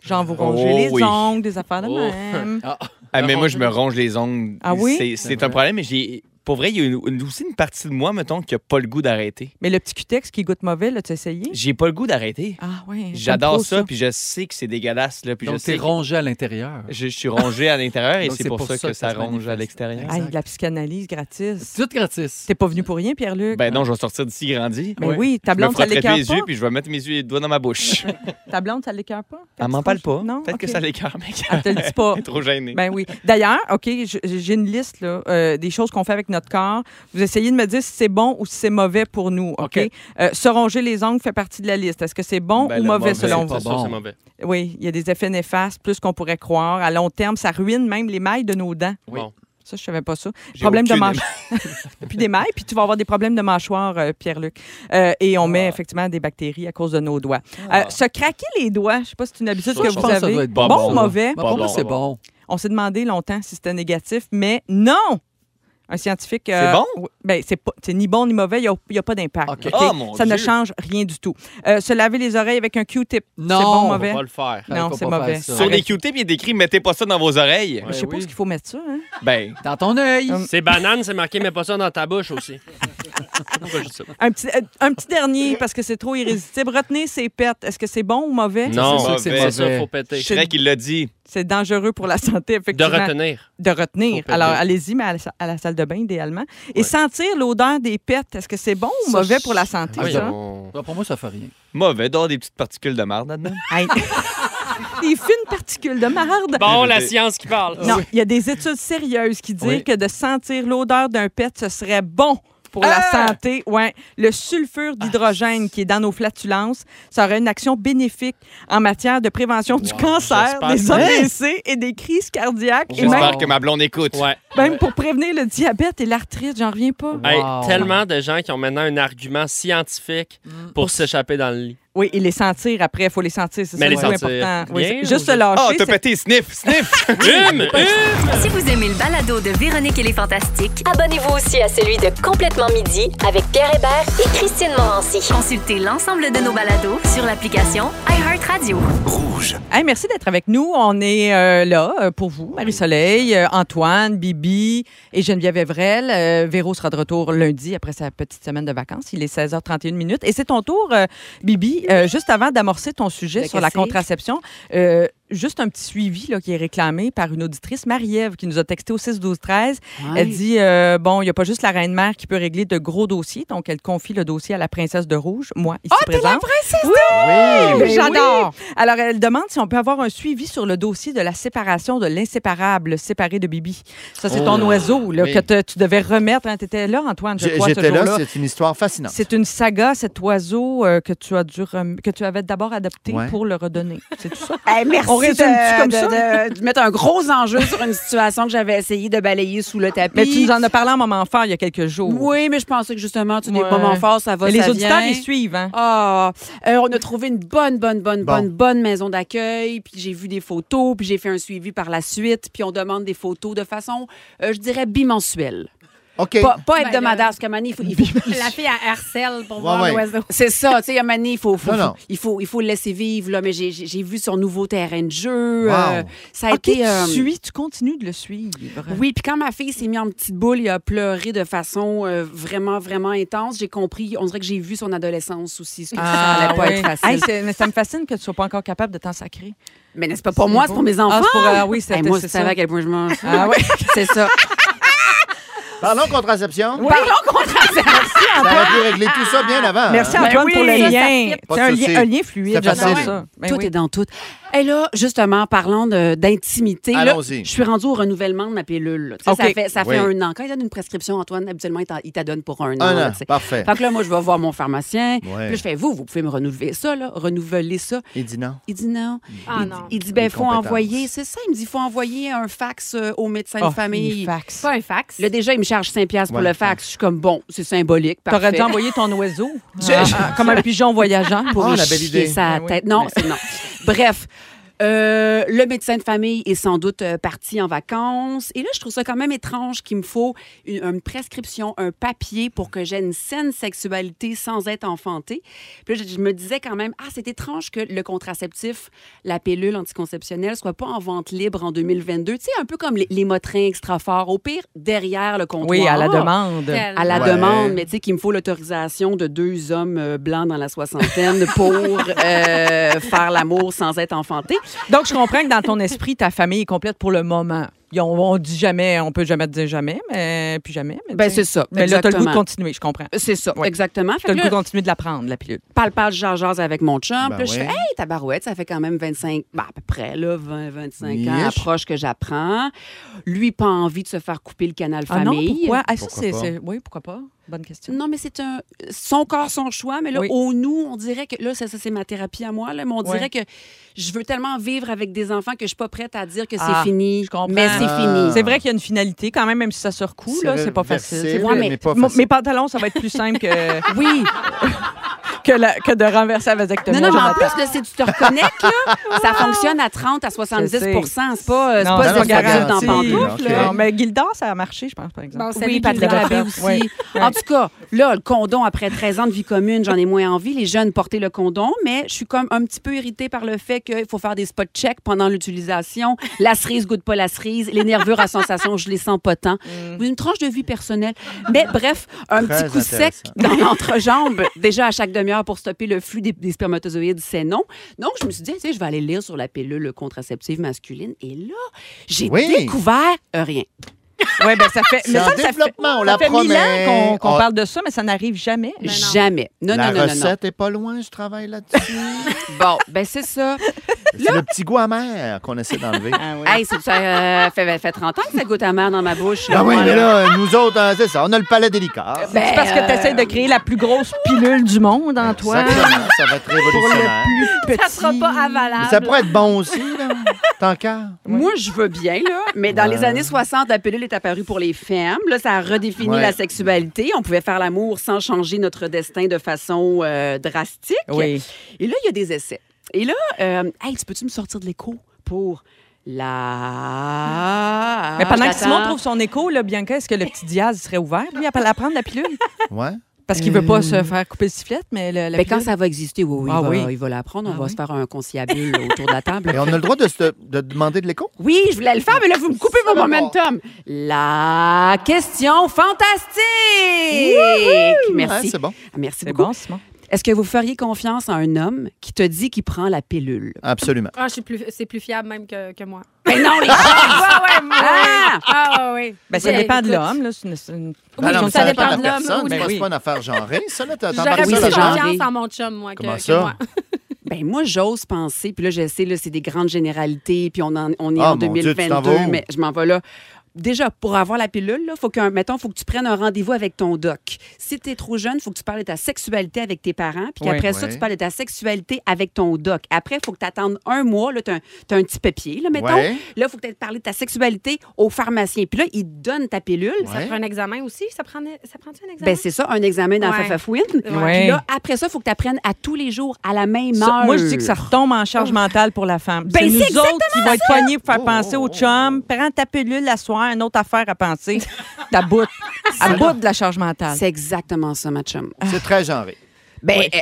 Speaker 1: Genre vous ronger
Speaker 10: Oh
Speaker 1: les
Speaker 10: oui.
Speaker 1: ongles, des affaires de
Speaker 6: Oh.
Speaker 1: même.
Speaker 10: Ah, mais moi, je me ronge les ongles.
Speaker 1: Ah oui?
Speaker 10: C'est- C'est un problème, mais j'ai. Pour vrai, il y a une- une- aussi une partie de moi, mettons, qui a pas le goût d'arrêter.
Speaker 1: Mais le petit cutex qui goûte mauvais, là, tu as essayé?
Speaker 10: J'ai pas le goût d'arrêter.
Speaker 1: Ah oui.
Speaker 10: J'adore ça, puis je sais que c'est dégueulasse, là, puis je
Speaker 9: Donc, t'es
Speaker 10: sais.
Speaker 9: rongé à l'intérieur.
Speaker 10: Je, je suis rongé à l'intérieur et
Speaker 9: Donc,
Speaker 10: c'est pour, ça, que, ça
Speaker 9: se
Speaker 10: ronge à
Speaker 9: manifeste.
Speaker 10: l'extérieur.
Speaker 1: Aïe,
Speaker 9: Exact.
Speaker 1: de la psychanalyse gratis.
Speaker 9: C'est tout gratis.
Speaker 1: T'es pas venu pour rien, Pierre-Luc?
Speaker 10: Ben non, je vais sortir d'ici grandi.
Speaker 1: Mais oui,
Speaker 9: oui.
Speaker 1: ta
Speaker 10: Je me
Speaker 1: blonde, ça
Speaker 10: frotterai
Speaker 1: l'écœure
Speaker 10: les yeux
Speaker 1: pas?
Speaker 10: puis je vais mettre mes yeux et les doigts dans ma bouche.
Speaker 1: Ta blonde, ça l'écœure pas?
Speaker 10: Elle m'en parle pas.
Speaker 1: Non?
Speaker 10: Peut-être que
Speaker 1: OK.
Speaker 10: ça l'écœure, mec.
Speaker 1: Elle te le dit pas.
Speaker 10: trop gêné.
Speaker 1: Ben oui. D'ailleurs, OK, je- j'ai une liste là, euh, des choses qu'on fait avec notre corps. Vous essayez de me dire si c'est bon ou si c'est mauvais pour nous. OK? Euh, se ronger les ongles fait partie de la liste. Est-ce que c'est bon
Speaker 6: Ben,
Speaker 1: ou
Speaker 6: le
Speaker 1: mauvais,
Speaker 6: mauvais,
Speaker 1: selon
Speaker 6: c'est
Speaker 1: vous?
Speaker 6: sûr, c'est mauvais.
Speaker 1: Oui, il y a des effets néfastes, plus qu'on pourrait croire. À long terme, ça ruine même les mailles de nos dents.
Speaker 6: Oui. Bon.
Speaker 1: Ça, je savais pas ça.
Speaker 6: J'ai
Speaker 1: Problème de
Speaker 6: aucune
Speaker 1: mâchoire. puis des mailles, puis tu vas avoir des problèmes de mâchoire, euh, Pierre-Luc. Euh, et on met effectivement des bactéries à cause de nos doigts. Euh, se craquer les doigts, je sais pas si c'est une habitude
Speaker 9: Ça,
Speaker 1: que
Speaker 9: je
Speaker 1: vous
Speaker 9: pense que
Speaker 1: avez.
Speaker 9: ça doit être
Speaker 1: bon,
Speaker 9: pas bon,
Speaker 1: ou
Speaker 9: là.
Speaker 1: mauvais?
Speaker 9: Pas Pas bon, bon. c'est bon.
Speaker 1: On s'est demandé longtemps si c'était négatif, mais non! Un scientifique. euh,
Speaker 10: C'est bon?
Speaker 1: oui, ben, c'est pas- c'est ni bon ni mauvais, il n'y a, il y a pas d'impact. OK?
Speaker 10: Oh, mon
Speaker 1: ça ne
Speaker 10: Dieu.
Speaker 1: change rien du tout. Euh, se laver les oreilles avec un Q-tip.
Speaker 10: Non,
Speaker 1: c'est bon,
Speaker 10: faut
Speaker 1: mauvais.
Speaker 10: pas le faire.
Speaker 1: Non,
Speaker 10: Faut
Speaker 1: c'est
Speaker 10: pas
Speaker 1: mauvais.
Speaker 10: faire ça. Sur des Q-tips, il est écrit mettez pas ça dans vos oreilles.
Speaker 1: Je suppose qu'il faut mettre ça. Hein?
Speaker 10: Ben,
Speaker 9: dans ton œil.
Speaker 1: Hum.
Speaker 6: C'est banane, c'est marqué, mais pas ça dans ta bouche aussi. Pourquoi je dis ça?
Speaker 1: Un petit, euh, un petit dernier, parce que c'est trop irrésistible. Retenez ces pertes. Est-ce que Eh, c'est bon ou mauvais?
Speaker 6: Non, c'est ça, faut péter.
Speaker 1: C'est- Shrek, il
Speaker 10: l'a dit.
Speaker 1: C'est dangereux pour la santé, effectivement.
Speaker 6: retenir.
Speaker 1: De retenir.
Speaker 6: Faut
Speaker 1: Alors,
Speaker 6: péter.
Speaker 1: allez-y, mais à la, sa- à la salle de bain, idéalement. Et sentir l'odeur des pertes, est-ce que c'est bon ou mauvais pour la santé,
Speaker 10: Ah,
Speaker 1: ça?
Speaker 10: non.
Speaker 9: Pour moi, ça fait rien.
Speaker 10: Mauvais, d'avoir des petites particules de marde là-dedans.
Speaker 1: Hey. Des fines particules de marde.
Speaker 6: Bon, la science qui parle.
Speaker 1: Non, il y a des études sérieuses qui disent
Speaker 6: Oui.
Speaker 1: que de sentir l'odeur d'un pet, ce serait bon pour la
Speaker 6: Ah!
Speaker 1: santé. Ouais. Le sulfure d'hydrogène qui est dans nos flatulences, ça aurait une action bénéfique en matière de prévention du cancer,
Speaker 10: j'espère
Speaker 1: des
Speaker 10: que-
Speaker 1: AVC et des crises cardiaques. Et
Speaker 10: J'espère
Speaker 1: même,
Speaker 10: que ma blonde écoute.
Speaker 6: Ouais.
Speaker 1: même pour prévenir le diabète et l'arthrite, j'en reviens pas.
Speaker 6: Hey, tellement de gens qui ont maintenant un argument scientifique pour s'échapper dans le lit.
Speaker 1: Oui, et les sentir après, il faut les sentir, c'est ça
Speaker 6: Mais
Speaker 1: le
Speaker 6: les
Speaker 1: plus
Speaker 6: sentir.
Speaker 1: important. Oui,
Speaker 6: Bien,
Speaker 1: c'est- juste
Speaker 6: ou-
Speaker 1: se lâcher.
Speaker 10: Ah, t'as
Speaker 1: c'est-
Speaker 10: pété, sniff, sniff!
Speaker 6: Hume, hume.
Speaker 7: Si vous aimez le balado de Véronique et les Fantastiques,
Speaker 8: Abonnez-vous aussi à celui de Complètement Midi avec Pierre Hébert et Christine Morancy.
Speaker 7: consultez l'ensemble de nos balados sur l'application iHeartRadio.
Speaker 1: Hey, merci d'être avec nous. On est euh, là euh, pour vous, Marie-Soleil, euh, Antoine, Bibi et Geneviève Evrel. Euh, Véro sera de retour lundi après sa petite semaine de vacances. Il est 16h31 minutes. Et c'est ton tour, euh, Bibi, Euh, juste avant d'amorcer ton sujet
Speaker 11: Mais
Speaker 1: sur la
Speaker 11: qu'est-ce que c'est?
Speaker 1: contraception. euh, Juste un petit suivi là, qui est réclamé par une auditrice, Marie-Ève, qui nous a texté au 6-12-13.
Speaker 11: Ouais.
Speaker 1: Elle dit euh, Bon, il n'y a pas juste la reine-mère qui peut régler de gros dossiers, donc elle confie le dossier à la princesse de rouge, moi, ici
Speaker 11: Ah, t'es la
Speaker 1: présente.
Speaker 11: princesse de
Speaker 1: Oui,
Speaker 11: Rouge! Ben
Speaker 1: j'adore. Alors, elle demande si on peut avoir un suivi sur le dossier de la séparation de l'inséparable séparé de Bibi. Ça, c'est
Speaker 3: Oh.
Speaker 1: ton oiseau là,
Speaker 3: Oui.
Speaker 1: que te- tu devais remettre. Tu étais là, Antoine, je
Speaker 3: J'ai-
Speaker 1: crois, ce
Speaker 3: J'étais là,
Speaker 1: jour-là.
Speaker 3: c'est une histoire fascinante.
Speaker 1: C'est une saga, cet oiseau euh, que tu as dû rem- que tu avais d'abord adopté
Speaker 3: Ouais.
Speaker 1: pour le redonner. C'est tout ça.
Speaker 11: Hey, merci
Speaker 1: On résume-tu
Speaker 11: de,
Speaker 1: comme
Speaker 11: de-
Speaker 1: ça?
Speaker 11: de- de mettre un gros enjeu sur une situation que j'avais essayé de balayer sous le tapis.
Speaker 1: Mais tu nous en as parlé en moment fort il y a quelques jours.
Speaker 11: Oui, mais je pensais que justement, tu n'es
Speaker 1: Ouais.
Speaker 11: pas mon fort, ça va,
Speaker 1: Mais les
Speaker 11: ça
Speaker 1: auditeurs,
Speaker 11: vient.
Speaker 1: ils suivent, hein?
Speaker 11: Ah, euh, on a trouvé une bonne, bonne, bonne,
Speaker 1: Bon.
Speaker 11: bonne, bonne maison d'accueil, puis j'ai vu des photos, puis j'ai fait un suivi par la suite, puis on demande des photos de façon, euh, je dirais, bimensuelle.
Speaker 3: OK.
Speaker 11: Pas, pas
Speaker 12: Ben là.
Speaker 11: hebdomadaire, parce qu'à Mané, il faut... il faut-
Speaker 12: La fille à Hercel pour
Speaker 11: Ouais,
Speaker 12: voir
Speaker 11: ouais.
Speaker 12: l'oiseau.
Speaker 11: C'est ça, tu sais, à un moment donné, il faut, faut-
Speaker 12: Non, non.
Speaker 11: il faut, il faut le laisser vivre, là, mais j'ai- j'ai j'ai vu son nouveau terrain de jeu.
Speaker 1: Wow.
Speaker 11: euh, ça a
Speaker 1: OK,
Speaker 11: été.
Speaker 1: tu
Speaker 11: euh,
Speaker 1: suis, tu continues de le suivre.
Speaker 11: oui, puis quand ma fille s'est mise en petite boule, il a pleuré de façon euh, vraiment, vraiment intense. J'ai compris, on dirait que j'ai vu son adolescence aussi, ce que ça allait pas
Speaker 1: oui.
Speaker 11: être facile.
Speaker 1: Ah, Hey, c'est- mais ça me fascine que tu sois pas encore capable de t'en sacrer.
Speaker 11: Mais n'est-ce pas pour moi, c'est pour mes enfants.
Speaker 1: Ah, c'est pour, euh, oui,
Speaker 11: Hey,
Speaker 1: c'était
Speaker 11: moi,
Speaker 1: c'est
Speaker 11: je
Speaker 1: ça.
Speaker 11: savais à quel point je m'en fous.
Speaker 1: Ah oui.
Speaker 11: c'est ça.
Speaker 3: Parlons contraception.
Speaker 11: Parlons
Speaker 3: contraception. Ça aurait pu régler tout ça bien avant.
Speaker 1: Merci,
Speaker 3: hein.
Speaker 11: Ben
Speaker 1: Antoine, pour
Speaker 3: Ça,
Speaker 1: le
Speaker 3: ça
Speaker 1: lien.
Speaker 3: fit.
Speaker 1: C'est
Speaker 3: Pas de
Speaker 1: un lien-
Speaker 3: souci.
Speaker 1: un lien fluide,
Speaker 3: C'est
Speaker 1: j'adore
Speaker 3: facile.
Speaker 1: ça. Ben
Speaker 11: tout
Speaker 1: oui.
Speaker 11: est dans tout. Et là, justement, parlant de- d'intimité, là,
Speaker 3: Allons-y.
Speaker 11: je suis rendue au renouvellement de ma pilule. là. Tu sais,
Speaker 3: OK.
Speaker 11: Ça fait, ça fait
Speaker 3: Oui.
Speaker 11: un an. Quand il donne une prescription, Antoine, habituellement, il t'en- il t'a donne pour un an.
Speaker 3: Un
Speaker 11: là,
Speaker 3: an,
Speaker 11: tu sais.
Speaker 3: parfait.
Speaker 11: Fait que là, moi, je vais voir mon pharmacien. Puis
Speaker 3: Ouais.
Speaker 11: là, je fais, vous, vous pouvez me renouveler ça, là, renouveler ça.
Speaker 3: Il dit non.
Speaker 11: Il dit non.
Speaker 12: Ah,
Speaker 11: il,
Speaker 12: non.
Speaker 11: il dit, ben,
Speaker 3: Les
Speaker 11: il faut
Speaker 3: compétences.
Speaker 11: envoyer, c'est ça, il me dit, il faut envoyer un fax euh, au médecin
Speaker 1: Oh,
Speaker 3: Ah,
Speaker 11: de famille.
Speaker 1: un fax.
Speaker 12: Pas un fax.
Speaker 11: Là, déjà, il me charge 5$ piastres pour
Speaker 1: Ouais,
Speaker 11: le fax. Je suis comme, bon, c'est symbolique.
Speaker 1: T'aurais dû
Speaker 11: parfait.
Speaker 1: envoyer ton oiseau
Speaker 11: Je-
Speaker 1: Ah,
Speaker 11: je-
Speaker 1: ah, comme un pigeon voyageant pour
Speaker 11: pour
Speaker 1: y
Speaker 11: la belle
Speaker 1: chier
Speaker 11: idée. sa
Speaker 1: Ben oui.
Speaker 11: tête. Non, c'est non. Bref. euh, le médecin de famille est sans doute euh, parti en vacances. Et là, je trouve ça quand même étrange qu'il me faut une, une prescription, un papier pour que j'aie une saine sexualité sans être enfantée. Puis là, je, je me disais quand même, ah, c'est étrange que le contraceptif, la pilule anticonceptionnelle, soit pas en vente libre en 2022. Tu sais, un peu comme les, les motrins extra forts. Au pire, derrière le comptoir.
Speaker 1: Oui, à la demande.
Speaker 11: À la
Speaker 1: Ouais.
Speaker 11: demande, mais tu sais qu'il me faut l'autorisation de deux hommes euh, blancs dans la soixantaine pour euh, faire l'amour sans être enfanté.
Speaker 1: Donc, je comprends que dans ton esprit, ta famille est complète pour le moment. Il Puis on, on dit jamais, on peut jamais dire jamais, mais puis jamais. Mais
Speaker 11: Ben,
Speaker 1: tu sais.
Speaker 11: c'est ça,
Speaker 1: Mais là, t'as le goût de
Speaker 11: exactement.
Speaker 1: continuer, je comprends.
Speaker 11: C'est ça, exactement. Fait
Speaker 1: T'as
Speaker 11: que
Speaker 1: le
Speaker 11: là-
Speaker 1: goût de continuer de la prendre, la pilule.
Speaker 11: parle, parle, jase, jase avec mon chum.
Speaker 1: Ben
Speaker 11: puis là, je
Speaker 1: ouais.
Speaker 11: fais, hey, tabarouette, ça fait quand même 25, ben, à peu près, là, 20, 25 ans,
Speaker 1: Ish.
Speaker 11: approche que j'apprends. Lui, pas envie de se faire couper le canal
Speaker 1: Ah non,
Speaker 11: famille.
Speaker 1: pourquoi? Ah, ça, Pourquoi c'est- pas? c'est- oui, pourquoi pas? Bonne question.
Speaker 11: Non, mais c'est un. Son corps, son choix, mais là,
Speaker 1: Oui.
Speaker 11: au nous, on dirait que. Là, ça, ça, c'est ma thérapie à moi, là, mais on dirait
Speaker 1: Ouais.
Speaker 11: que je veux tellement vivre avec des enfants que je suis pas prête à dire que c'est
Speaker 1: Ah,
Speaker 11: fini.
Speaker 1: je comprends.
Speaker 11: Mais c'est
Speaker 1: Ah.
Speaker 11: fini.
Speaker 1: C'est vrai qu'il y a une finalité quand même, même si ça se recoue,
Speaker 11: C'est
Speaker 1: là, c'est pas facile.
Speaker 11: réversible,
Speaker 1: C'est
Speaker 11: Ouais, mais mais pas
Speaker 1: mon-
Speaker 11: facile.
Speaker 1: Mes pantalons, ça va être plus simple que.
Speaker 11: oui!
Speaker 1: que, la- que de renverser la vasectomie.
Speaker 11: Non, non, mais en plus,
Speaker 1: Jonathan.
Speaker 11: euh, là, si tu te reconnectes, là, ça fonctionne à 30 à 70
Speaker 1: Je sais.
Speaker 11: C'est pas, euh, c'est
Speaker 1: Non,
Speaker 11: pas,
Speaker 1: c'est
Speaker 11: du facile dans
Speaker 1: garanti,
Speaker 11: pantoufle,
Speaker 1: là.
Speaker 11: là.
Speaker 1: Non, mais Gildor, ça a marché, je pense, par exemple.
Speaker 11: oui, Patrick Labbé aussi. En tout cas, là, le condom, après 13 ans de vie commune, j'en ai moins envie. Les jeunes portaient le condom, mais je suis comme un petit peu irritée par le fait qu'il faut faire des spot checks pendant l'utilisation. La cerise goûte pas la cerise. Les nervures à sensation, je les sens pas tant. Une tranche de vie personnelle. Mais bref, un
Speaker 8: Très
Speaker 11: petit coup sec dans l'entrejambe, déjà à chaque demi-heure pour stopper le flux des, des spermatozoïdes, c'est non. Donc, je me suis dit, tu sais, je vais aller lire sur la pilule contraceptive masculine. Et là, j'ai
Speaker 1: Oui.
Speaker 11: découvert euh, rien.
Speaker 1: Oui, bien, ça fait.
Speaker 11: C'est
Speaker 1: mais
Speaker 11: en
Speaker 1: ça, ça fait-
Speaker 11: développement, on la
Speaker 1: Ça fait mille
Speaker 11: promet.
Speaker 1: ans qu'on qu'on
Speaker 11: On-
Speaker 1: parle de ça, mais ça n'arrive jamais.
Speaker 11: Jamais. Non,
Speaker 3: Ah. La
Speaker 11: non, non, non, non.
Speaker 3: recette est pas loin, je travaille là-dessus.
Speaker 11: bon, ben c'est ça.
Speaker 3: C'est le petit goût amer qu'on essaie d'enlever.
Speaker 1: Ah
Speaker 11: Hey, c'est- ça euh, fait, fait 30 ans que ça goûte amer dans ma bouche.
Speaker 3: Ah oui,
Speaker 11: moi,
Speaker 3: mais là, nous autres, euh, c'est ça, on a le palais délicat.
Speaker 11: Ben,
Speaker 1: C'est parce que tu essaies de créer la plus grosse pilule du monde en toi.
Speaker 3: Exactement, ça va être révolutionnaire.
Speaker 11: Ça sera pas avalable.
Speaker 3: Mais ça pourrait être bon aussi, là, tant qu'à.
Speaker 11: Moi, je veux bien, là, mais dans
Speaker 3: Ouais.
Speaker 11: les années 60, la pilule est apparue pour les femmes. Là, ça a redéfini
Speaker 3: Ouais.
Speaker 11: la sexualité. On pouvait faire l'amour sans changer notre destin de façon euh, drastique.
Speaker 1: Oui.
Speaker 11: Et là, il y a des essais. Et là, euh, hey, tu peux-tu me sortir de l'écho pour la.
Speaker 1: Mais pendant que Simon
Speaker 11: J'attends.
Speaker 1: trouve son écho, là, Bianca, est-ce que le petit Diaz serait ouvert, lui, à pa- à prendre la pilule?
Speaker 3: Ouais.
Speaker 1: Parce qu'il veut pas se faire couper le sifflet, mais le, la
Speaker 11: Euh. Ben, quand
Speaker 1: pilule-
Speaker 11: ça va exister, oui, oui,
Speaker 1: Ah
Speaker 11: il, va,
Speaker 1: oui.
Speaker 11: il va l'apprendre. On va se faire un conciliabule autour de la table.
Speaker 3: Et on a le droit de, se- de demander de l'écho?
Speaker 11: Oui, je voulais le faire, mais là, vous me coupez mon momentum. La question fantastique!
Speaker 8: Wouhou!
Speaker 11: Merci.
Speaker 8: Ouais, c'est bon.
Speaker 11: Ah, Merci
Speaker 8: C'est
Speaker 11: beaucoup.
Speaker 8: bon, Simon.
Speaker 11: Est-ce que vous feriez confiance à un homme qui te dit qu'il prend la pilule?
Speaker 3: Absolument.
Speaker 12: Ah, je suis plus- c'est plus fiable même que, que moi.
Speaker 11: Mais non,
Speaker 12: ouais, ouais,
Speaker 11: les
Speaker 12: ouais,
Speaker 11: Ah!
Speaker 12: ouais. Ah, ouais, ouais.
Speaker 1: Ben, ça
Speaker 12: Ouais,
Speaker 1: dépend de
Speaker 12: écoute.
Speaker 1: l'homme. là, c'est une- c'est une-
Speaker 3: Ben non, mais
Speaker 1: ça
Speaker 12: dépend
Speaker 3: de
Speaker 12: de
Speaker 3: la
Speaker 12: l'homme,
Speaker 3: personne.
Speaker 12: oui.
Speaker 3: mais
Speaker 12: Ben
Speaker 3: c'est
Speaker 12: oui.
Speaker 3: pas une affaire genrée, ça, là. T'as t'en
Speaker 12: J'aurais
Speaker 3: parles
Speaker 12: plus
Speaker 3: ça, là, genre.
Speaker 12: confiance en mon chum, moi, que,
Speaker 3: Comment
Speaker 12: que
Speaker 3: ça?
Speaker 12: moi.
Speaker 11: Ben moi, j'ose penser, puis là, je sais, là, c'est des grandes généralités, puis on, en- on est
Speaker 3: Ah,
Speaker 11: en
Speaker 3: mon Dieu,
Speaker 11: 2022,
Speaker 3: tu t'en vas où?
Speaker 11: mais je m'en vais là. Déjà, pour avoir la pilule, là, faut qu'un, mettons, faut que tu prennes un rendez-vous avec ton doc. Si tu es trop jeune, faut que tu parles de ta sexualité avec tes parents, puis
Speaker 8: Ouais.
Speaker 11: après ça,
Speaker 8: Ouais.
Speaker 11: tu parles de ta sexualité avec ton doc. Après, faut que tu attendes un mois, là, tu as, un petit papier, là, mettons.
Speaker 8: Ouais.
Speaker 11: Là, faut que tu parler de ta sexualité au pharmacien. Puis là, il te donne ta pilule.
Speaker 12: Ça prend un examen aussi? Ça prend, ça prend un examen?
Speaker 11: Ben, c'est ça, un examen dans
Speaker 12: Ouais.
Speaker 11: Fafafouine.
Speaker 1: Ouais.
Speaker 11: Puis là, après ça, il faut que tu apprennes à tous les jours, à la même
Speaker 1: Ça-
Speaker 11: heure.
Speaker 1: moi, je dis que ça retombe en charge mentale pour la femme.
Speaker 11: Ben,
Speaker 1: c'est nous
Speaker 11: c'est exactement
Speaker 1: autres qui vont être
Speaker 11: ça.
Speaker 1: poignés pour faire penser au chum. Prends ta pilule la soirée, une autre affaire à penser. Ta bout. À bout de la charge mentale.
Speaker 11: C'est exactement ça, ma chum.
Speaker 3: Ah. C'est très genré.
Speaker 11: Ben, eh,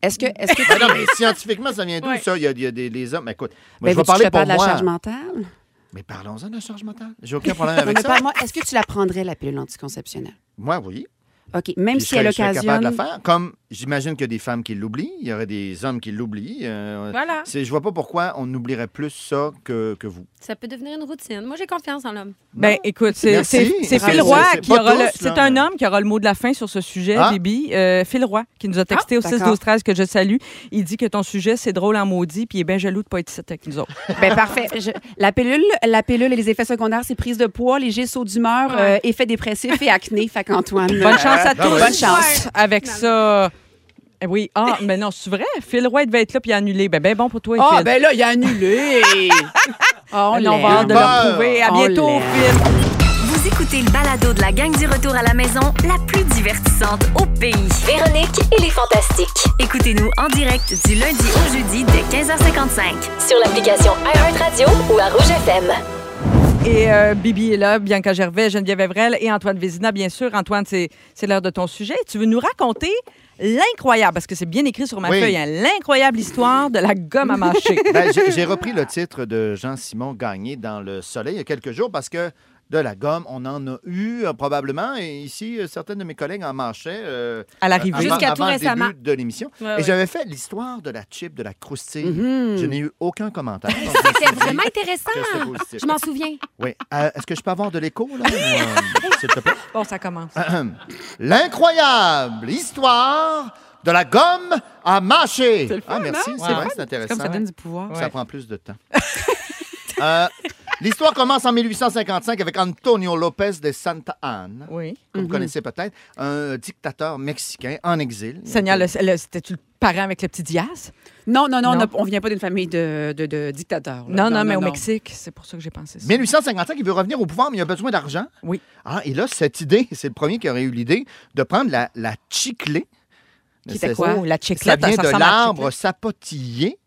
Speaker 11: est-ce que. Est-ce que
Speaker 3: Mais Ah non, mais scientifiquement, ça vient d'où,
Speaker 11: Ouais.
Speaker 3: ça? Il y a, il y a des, les hommes. Mais écoute, moi,
Speaker 11: Ben,
Speaker 3: je vais
Speaker 11: veux-tu que
Speaker 3: parler
Speaker 11: je te
Speaker 3: pour
Speaker 11: parle de la
Speaker 3: moi.
Speaker 11: charge mentale?
Speaker 3: Mais parlons-en de la charge mentale. J'ai aucun problème avec
Speaker 11: Mais
Speaker 3: ça.
Speaker 11: parle-moi, est-ce que tu la prendrais, la pilule anticonceptionnelle?
Speaker 3: Moi, oui.
Speaker 11: OK, même
Speaker 3: Puis
Speaker 11: si elle
Speaker 3: je serais- je serais
Speaker 11: occasionne...
Speaker 3: capable de la faire. Comme j'imagine qu'il y a des femmes qui l'oublient, il y aurait des hommes qui l'oublient. euh,
Speaker 12: Voilà.
Speaker 3: c'est- Je vois pas pourquoi on oublierait plus ça que, que vous.
Speaker 12: Ça peut devenir une routine. Moi, j'ai confiance en l'homme.
Speaker 1: Ben, écoute, c'est
Speaker 3: Merci.
Speaker 1: c'est- c'est
Speaker 3: Bravo.
Speaker 1: Phil Roy
Speaker 3: C'est- c'est
Speaker 1: qui
Speaker 3: pas
Speaker 1: aura le-
Speaker 3: tous,
Speaker 1: C'est
Speaker 3: là.
Speaker 1: un homme qui aura le mot de la fin sur ce sujet,
Speaker 3: Ah.
Speaker 1: Bibi. Euh, Phil Roy, qui nous a texté
Speaker 11: Ah,
Speaker 1: au 6
Speaker 11: d'accord.
Speaker 1: 12 13 que je salue. Il dit que ton sujet, c'est drôle en maudit, puis il est bien jaloux de pas être ici avec nous autres.
Speaker 11: Ben, parfait. Je- La, pilule, la pilule et les effets secondaires, c'est prise de poids, léger saut d'humeur, euh, effets dépressifs et acné. Fait qu'Antoine...
Speaker 1: Bonne chance à
Speaker 11: euh,
Speaker 1: tous.
Speaker 11: Bonne chance.
Speaker 1: Avec ça. Eh Oui, ah, mais non, c'est vrai. Phil Roy devait être là puis il a annulé. Ben, ben bon pour toi,
Speaker 11: Ah,
Speaker 1: Phil.
Speaker 11: ben là, il a annulé. Ah, on
Speaker 1: Ben, on
Speaker 11: l'aime.
Speaker 1: va hâte de le retrouver. À
Speaker 11: On
Speaker 1: bientôt,
Speaker 11: l'aime.
Speaker 1: Phil.
Speaker 7: Vous écoutez le balado de la gang du retour à la maison, la plus divertissante au pays. Véronique et les Fantastiques. Écoutez-nous en direct du lundi au jeudi dès 15h55.
Speaker 8: Sur l'application iHeartRadio ou à Rouge FM.
Speaker 1: Et euh, Bibi est là, Bianca Gervais, Geneviève Evrel et Antoine Vézina, bien sûr. Antoine, c'est c'est l'heure de ton sujet. Tu veux nous raconter l'incroyable, parce que c'est bien écrit sur ma
Speaker 3: Oui.
Speaker 1: feuille, hein, l'incroyable histoire de la gomme à mâcher.
Speaker 3: Ben, j'ai j'ai repris le titre de Jean-Simon Gagné dans Le Soleil il y a quelques jours parce que de la gomme. On en a eu euh, probablement. Et ici, euh, certaines de mes collègues en marchaient. euh,
Speaker 1: À l'arrivée.
Speaker 3: avant-
Speaker 1: Jusqu'à tout
Speaker 3: avant le
Speaker 1: récemment.
Speaker 3: début de l'émission.
Speaker 12: Ouais,
Speaker 3: et
Speaker 12: ouais.
Speaker 3: j'avais fait l'histoire de la chip, de la croustille.
Speaker 1: Mm-hmm.
Speaker 3: Je n'ai eu aucun commentaire.
Speaker 12: C'était vraiment intéressant.
Speaker 3: Que c'était positif.
Speaker 12: Je m'en souviens.
Speaker 3: Oui. Euh, Est-ce que je peux avoir de l'écho, là? Euh, S'il te plaît.
Speaker 1: Bon, ça commence.
Speaker 3: Ahem. L'incroyable histoire de la gomme à mâcher.
Speaker 1: C'est le fun,
Speaker 3: ah, merci,
Speaker 1: hein?
Speaker 3: c'est
Speaker 1: Ouais.
Speaker 3: vrai,
Speaker 1: C'est
Speaker 3: c'est intéressant.
Speaker 1: comme ça donne du pouvoir.
Speaker 3: Ça
Speaker 1: Ouais.
Speaker 3: prend plus de temps. Euh, L'histoire commence en 1855 avec Antonio López de Santa Anna.
Speaker 1: Oui.
Speaker 3: Que vous
Speaker 1: Mhm.
Speaker 3: connaissez peut-être, un dictateur mexicain en exil.
Speaker 1: Seigneur, le- le- c'était-tu le parent avec le petit Diaz?
Speaker 11: Non, non, non, on
Speaker 1: Non.
Speaker 11: a- on ne vient pas d'une famille de, de- de dictateurs. là.
Speaker 1: Non, non, mais au Mexique, c'est pour ça que j'ai pensé ça.
Speaker 3: 1855, il veut revenir au pouvoir, mais il a besoin d'argent.
Speaker 1: Oui.
Speaker 3: Ah, et là, cette idée, c'est le premier qui aurait eu l'idée de prendre la, la chiclée.
Speaker 1: Qui était
Speaker 3: C'est-
Speaker 1: quoi?
Speaker 3: Oh,
Speaker 1: La chiclette,
Speaker 3: Ça vient
Speaker 1: ça
Speaker 3: de
Speaker 1: ressemble à la
Speaker 3: l'arbre
Speaker 1: chiclette.
Speaker 3: sapotillé.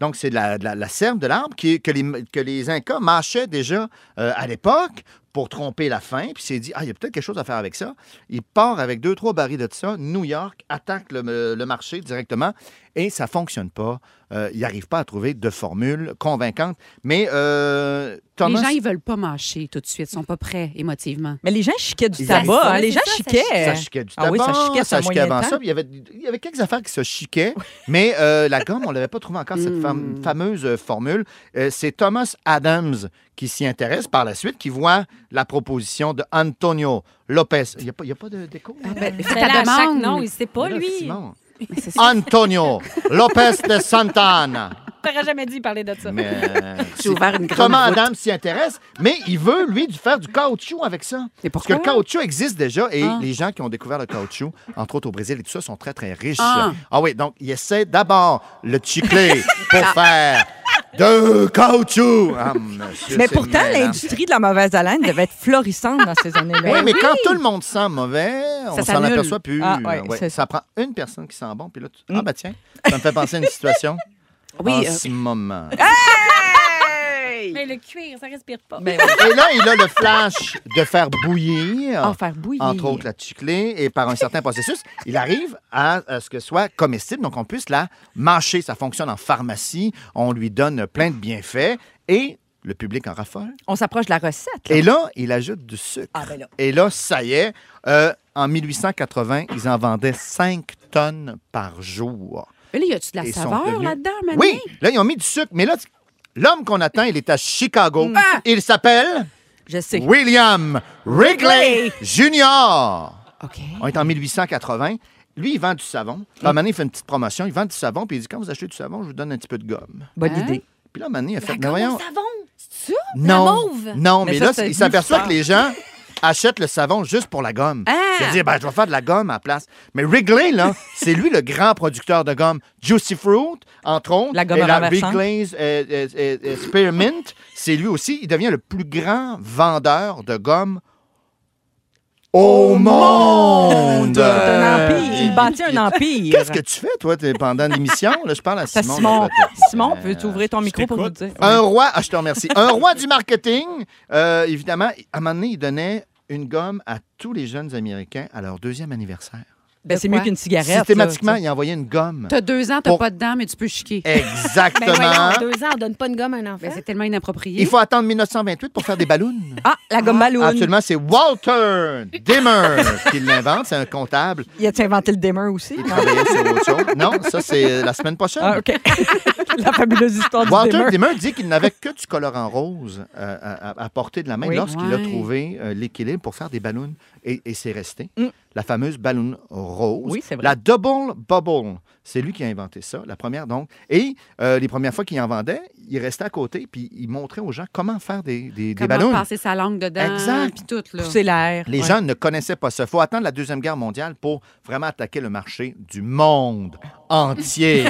Speaker 3: Donc, c'est de la, de la, la serve de l'arbre qui- que, les, que les Incas mâchaient déjà euh, à l'époque pour tromper la faim. Puis, il s'est dit, ah, il y a peut-être quelque chose à faire avec ça. Il part avec deux, trois barils de ça. New York attaque le, le marché directement et ça fonctionne pas. Euh, il n'arrive pas à trouver de formule convaincante. Mais euh, Thomas.
Speaker 11: Les gens, ils veulent pas mâcher tout de suite. Ils sont pas prêts émotivement.
Speaker 1: Mais les gens chiquaient du
Speaker 3: Ils
Speaker 1: tabac.
Speaker 3: avaient-
Speaker 1: hein, les gens chiquaient.
Speaker 3: Ça chiquait du tabac.
Speaker 1: Ah oui, ça chiquait,
Speaker 3: ça
Speaker 1: ça
Speaker 3: chiquait avant ça. puis Il y, avait, il y avait quelques affaires qui se chiquaient, mais euh, la gomme, on l'avait pas trouvé encore, cette fam-
Speaker 1: Hmm.
Speaker 3: fameuse euh, formule. Euh, c'est Thomas Adams qui s'y intéresse par la suite, qui voit la proposition de Antonio Lopez. Il n'y a, pas- il y a pas de déco?
Speaker 11: Ah, ben,
Speaker 12: Fais-la à chaque nom, il sait pas,
Speaker 3: Mais là,
Speaker 12: lui.
Speaker 3: Simon. Antonio Lopez de Santa Ana.
Speaker 12: T'aurais jamais dû parler de ça.
Speaker 3: Mais, euh,
Speaker 12: J'ai ouvert une grande
Speaker 3: Thomas
Speaker 12: voûte.
Speaker 3: Adams s'y intéresse, mais il veut, lui, du- faire du caoutchouc avec ça. Parce que le caoutchouc existe déjà et
Speaker 11: Ah.
Speaker 3: les gens qui ont découvert le caoutchouc, entre autres au Brésil et tout ça, sont très, très riches.
Speaker 11: Ah.
Speaker 3: Ah, oui, donc il essaie d'abord le chiclé pour faire de caoutchouc. Ah, monsieur,
Speaker 1: Mais
Speaker 3: c'est
Speaker 1: pourtant,
Speaker 3: mêlant.
Speaker 1: l'industrie de la mauvaise haleine devait être florissante dans ces années-là.
Speaker 3: Oui, mais quand tout le monde sent mauvais, on s'en
Speaker 1: Ben s'annule.
Speaker 3: aperçoit plus.
Speaker 1: Ah, ouais,
Speaker 3: Ouais,
Speaker 1: c'est
Speaker 3: ça prend une personne qui sent bon, puis là, tu... ah bah tiens, ça me fait penser à une situation
Speaker 11: Oui,
Speaker 3: en
Speaker 11: euh,
Speaker 3: ce moment.
Speaker 12: Mais le cuir, ça respire pas.
Speaker 3: Et là, il a le flash de faire bouillir,
Speaker 12: Ah, faire bouillir.
Speaker 3: entre autres la chiclée, et par un certain processus, il arrive à, à ce que ce soit comestible, donc on puisse la mâcher. Ça fonctionne en pharmacie, on lui donne plein de bienfaits, et le public en raffole.
Speaker 1: On s'approche de la recette.
Speaker 3: Et là, il ajoute du sucre.
Speaker 12: Ah, ben
Speaker 3: Et là, ça y est, euh, en 1880, ils en vendaient 5 tonnes par jour.
Speaker 11: Mais là, y a-tu de la
Speaker 3: Ils sont
Speaker 11: saveur
Speaker 3: devenus-
Speaker 11: là-dedans, Mané?
Speaker 3: Oui, là, ils ont mis du sucre. Mais là, l'homme qu'on attend, il est à Chicago. Il s'appelle...
Speaker 1: Mm. Ah! Je sais.
Speaker 3: William Wrigley
Speaker 1: Wrigley.
Speaker 3: Jr. On est en 1880. Lui, il vend du
Speaker 1: Mm.
Speaker 3: savon. Puis, à un moment donné, il fait une petite promotion. Il vend du savon, puis il dit, quand vous achetez du savon, je vous donne un petit peu de gomme.
Speaker 1: Bonne Hein? idée.
Speaker 3: Puis là, à un moment donné, il a fait,
Speaker 12: La
Speaker 3: mais
Speaker 12: gomme
Speaker 3: voyons,
Speaker 12: au savon, c'est ça?
Speaker 3: non,
Speaker 12: La mauve?
Speaker 3: non, mais,
Speaker 1: Mais ça,
Speaker 3: là,
Speaker 1: c'est
Speaker 3: il s'aperçoit
Speaker 1: bizarre.
Speaker 3: que les gens achètent le savon juste pour la gomme.
Speaker 1: Ah!
Speaker 3: Il a dit, ben, je vais faire de la gomme à la place. Mais Wrigley, là, c'est lui le grand producteur de gomme. Juicy Fruit, entre autres.
Speaker 1: La gomme
Speaker 3: et la
Speaker 1: renversante.
Speaker 3: Wrigley's euh, euh, euh, euh, Spearmint, c'est lui aussi. Il devient le plus grand vendeur de gomme au monde.
Speaker 1: C'est un empire. Il bâtit un empire.
Speaker 3: Qu'est-ce que tu fais, toi, t'es- pendant l'émission? Là, je parle à
Speaker 1: Ça,
Speaker 3: Simon.
Speaker 1: Simon,
Speaker 3: là, peut-être.
Speaker 1: Simon, peux-tu ouvrir
Speaker 3: Euh,
Speaker 1: ton micro pour nous dire?
Speaker 3: Un roi, ah, je te remercie. Un roi du marketing, euh, évidemment, à un moment donné, il donnait une gomme à tous les jeunes Américains à leur deuxième anniversaire.
Speaker 1: Ben, c'est mieux qu'une cigarette.
Speaker 3: Systématiquement,
Speaker 1: là, tu sais.
Speaker 3: il envoyait une gomme.
Speaker 11: T'as deux ans, t'as
Speaker 3: Pour-
Speaker 11: pas de dents, mais tu peux chiquer.
Speaker 3: Exactement.
Speaker 12: Ben voyons, deux ans, on donne pas une gomme à un enfant.
Speaker 11: Ben, c'est tellement inapproprié.
Speaker 3: Il faut attendre 1928 pour faire des ballons.
Speaker 1: Ah, la gomme ballon.
Speaker 3: Absolument, c'est Walter Dimmer qui l'invente. C'est un comptable.
Speaker 1: Il a-tu inventé le dimmer aussi?
Speaker 3: Il travaillait sur autre chose. Non, ça, c'est la semaine prochaine.
Speaker 1: Ah, OK. la fabuleuse histoire du
Speaker 3: Walter
Speaker 1: dimmer.
Speaker 3: Dimmer dit qu'il n'avait que du colorant rose euh, à, à- à portée de la main
Speaker 1: Oui.
Speaker 3: lorsqu'il a
Speaker 11: Ouais.
Speaker 3: trouvé euh, l'équilibre pour faire des ballons. Et, et c'est resté.
Speaker 1: Mm.
Speaker 3: La fameuse ballon rose.
Speaker 1: Oui, c'est vrai.
Speaker 3: La double bubble. C'est lui qui a inventé ça, la première donc. Et euh, les premières fois qu'il en vendait, il restait à côté puis il montrait aux gens comment faire des, des, des
Speaker 11: Comment
Speaker 3: ballons.
Speaker 11: passer sa langue dedans,
Speaker 3: Exact.
Speaker 11: puis tout, là.
Speaker 1: Pousser l'air.
Speaker 3: Les
Speaker 1: Ouais.
Speaker 3: gens ne connaissaient pas ça. Il faut attendre la Deuxième Guerre mondiale pour vraiment attaquer le marché du monde entier.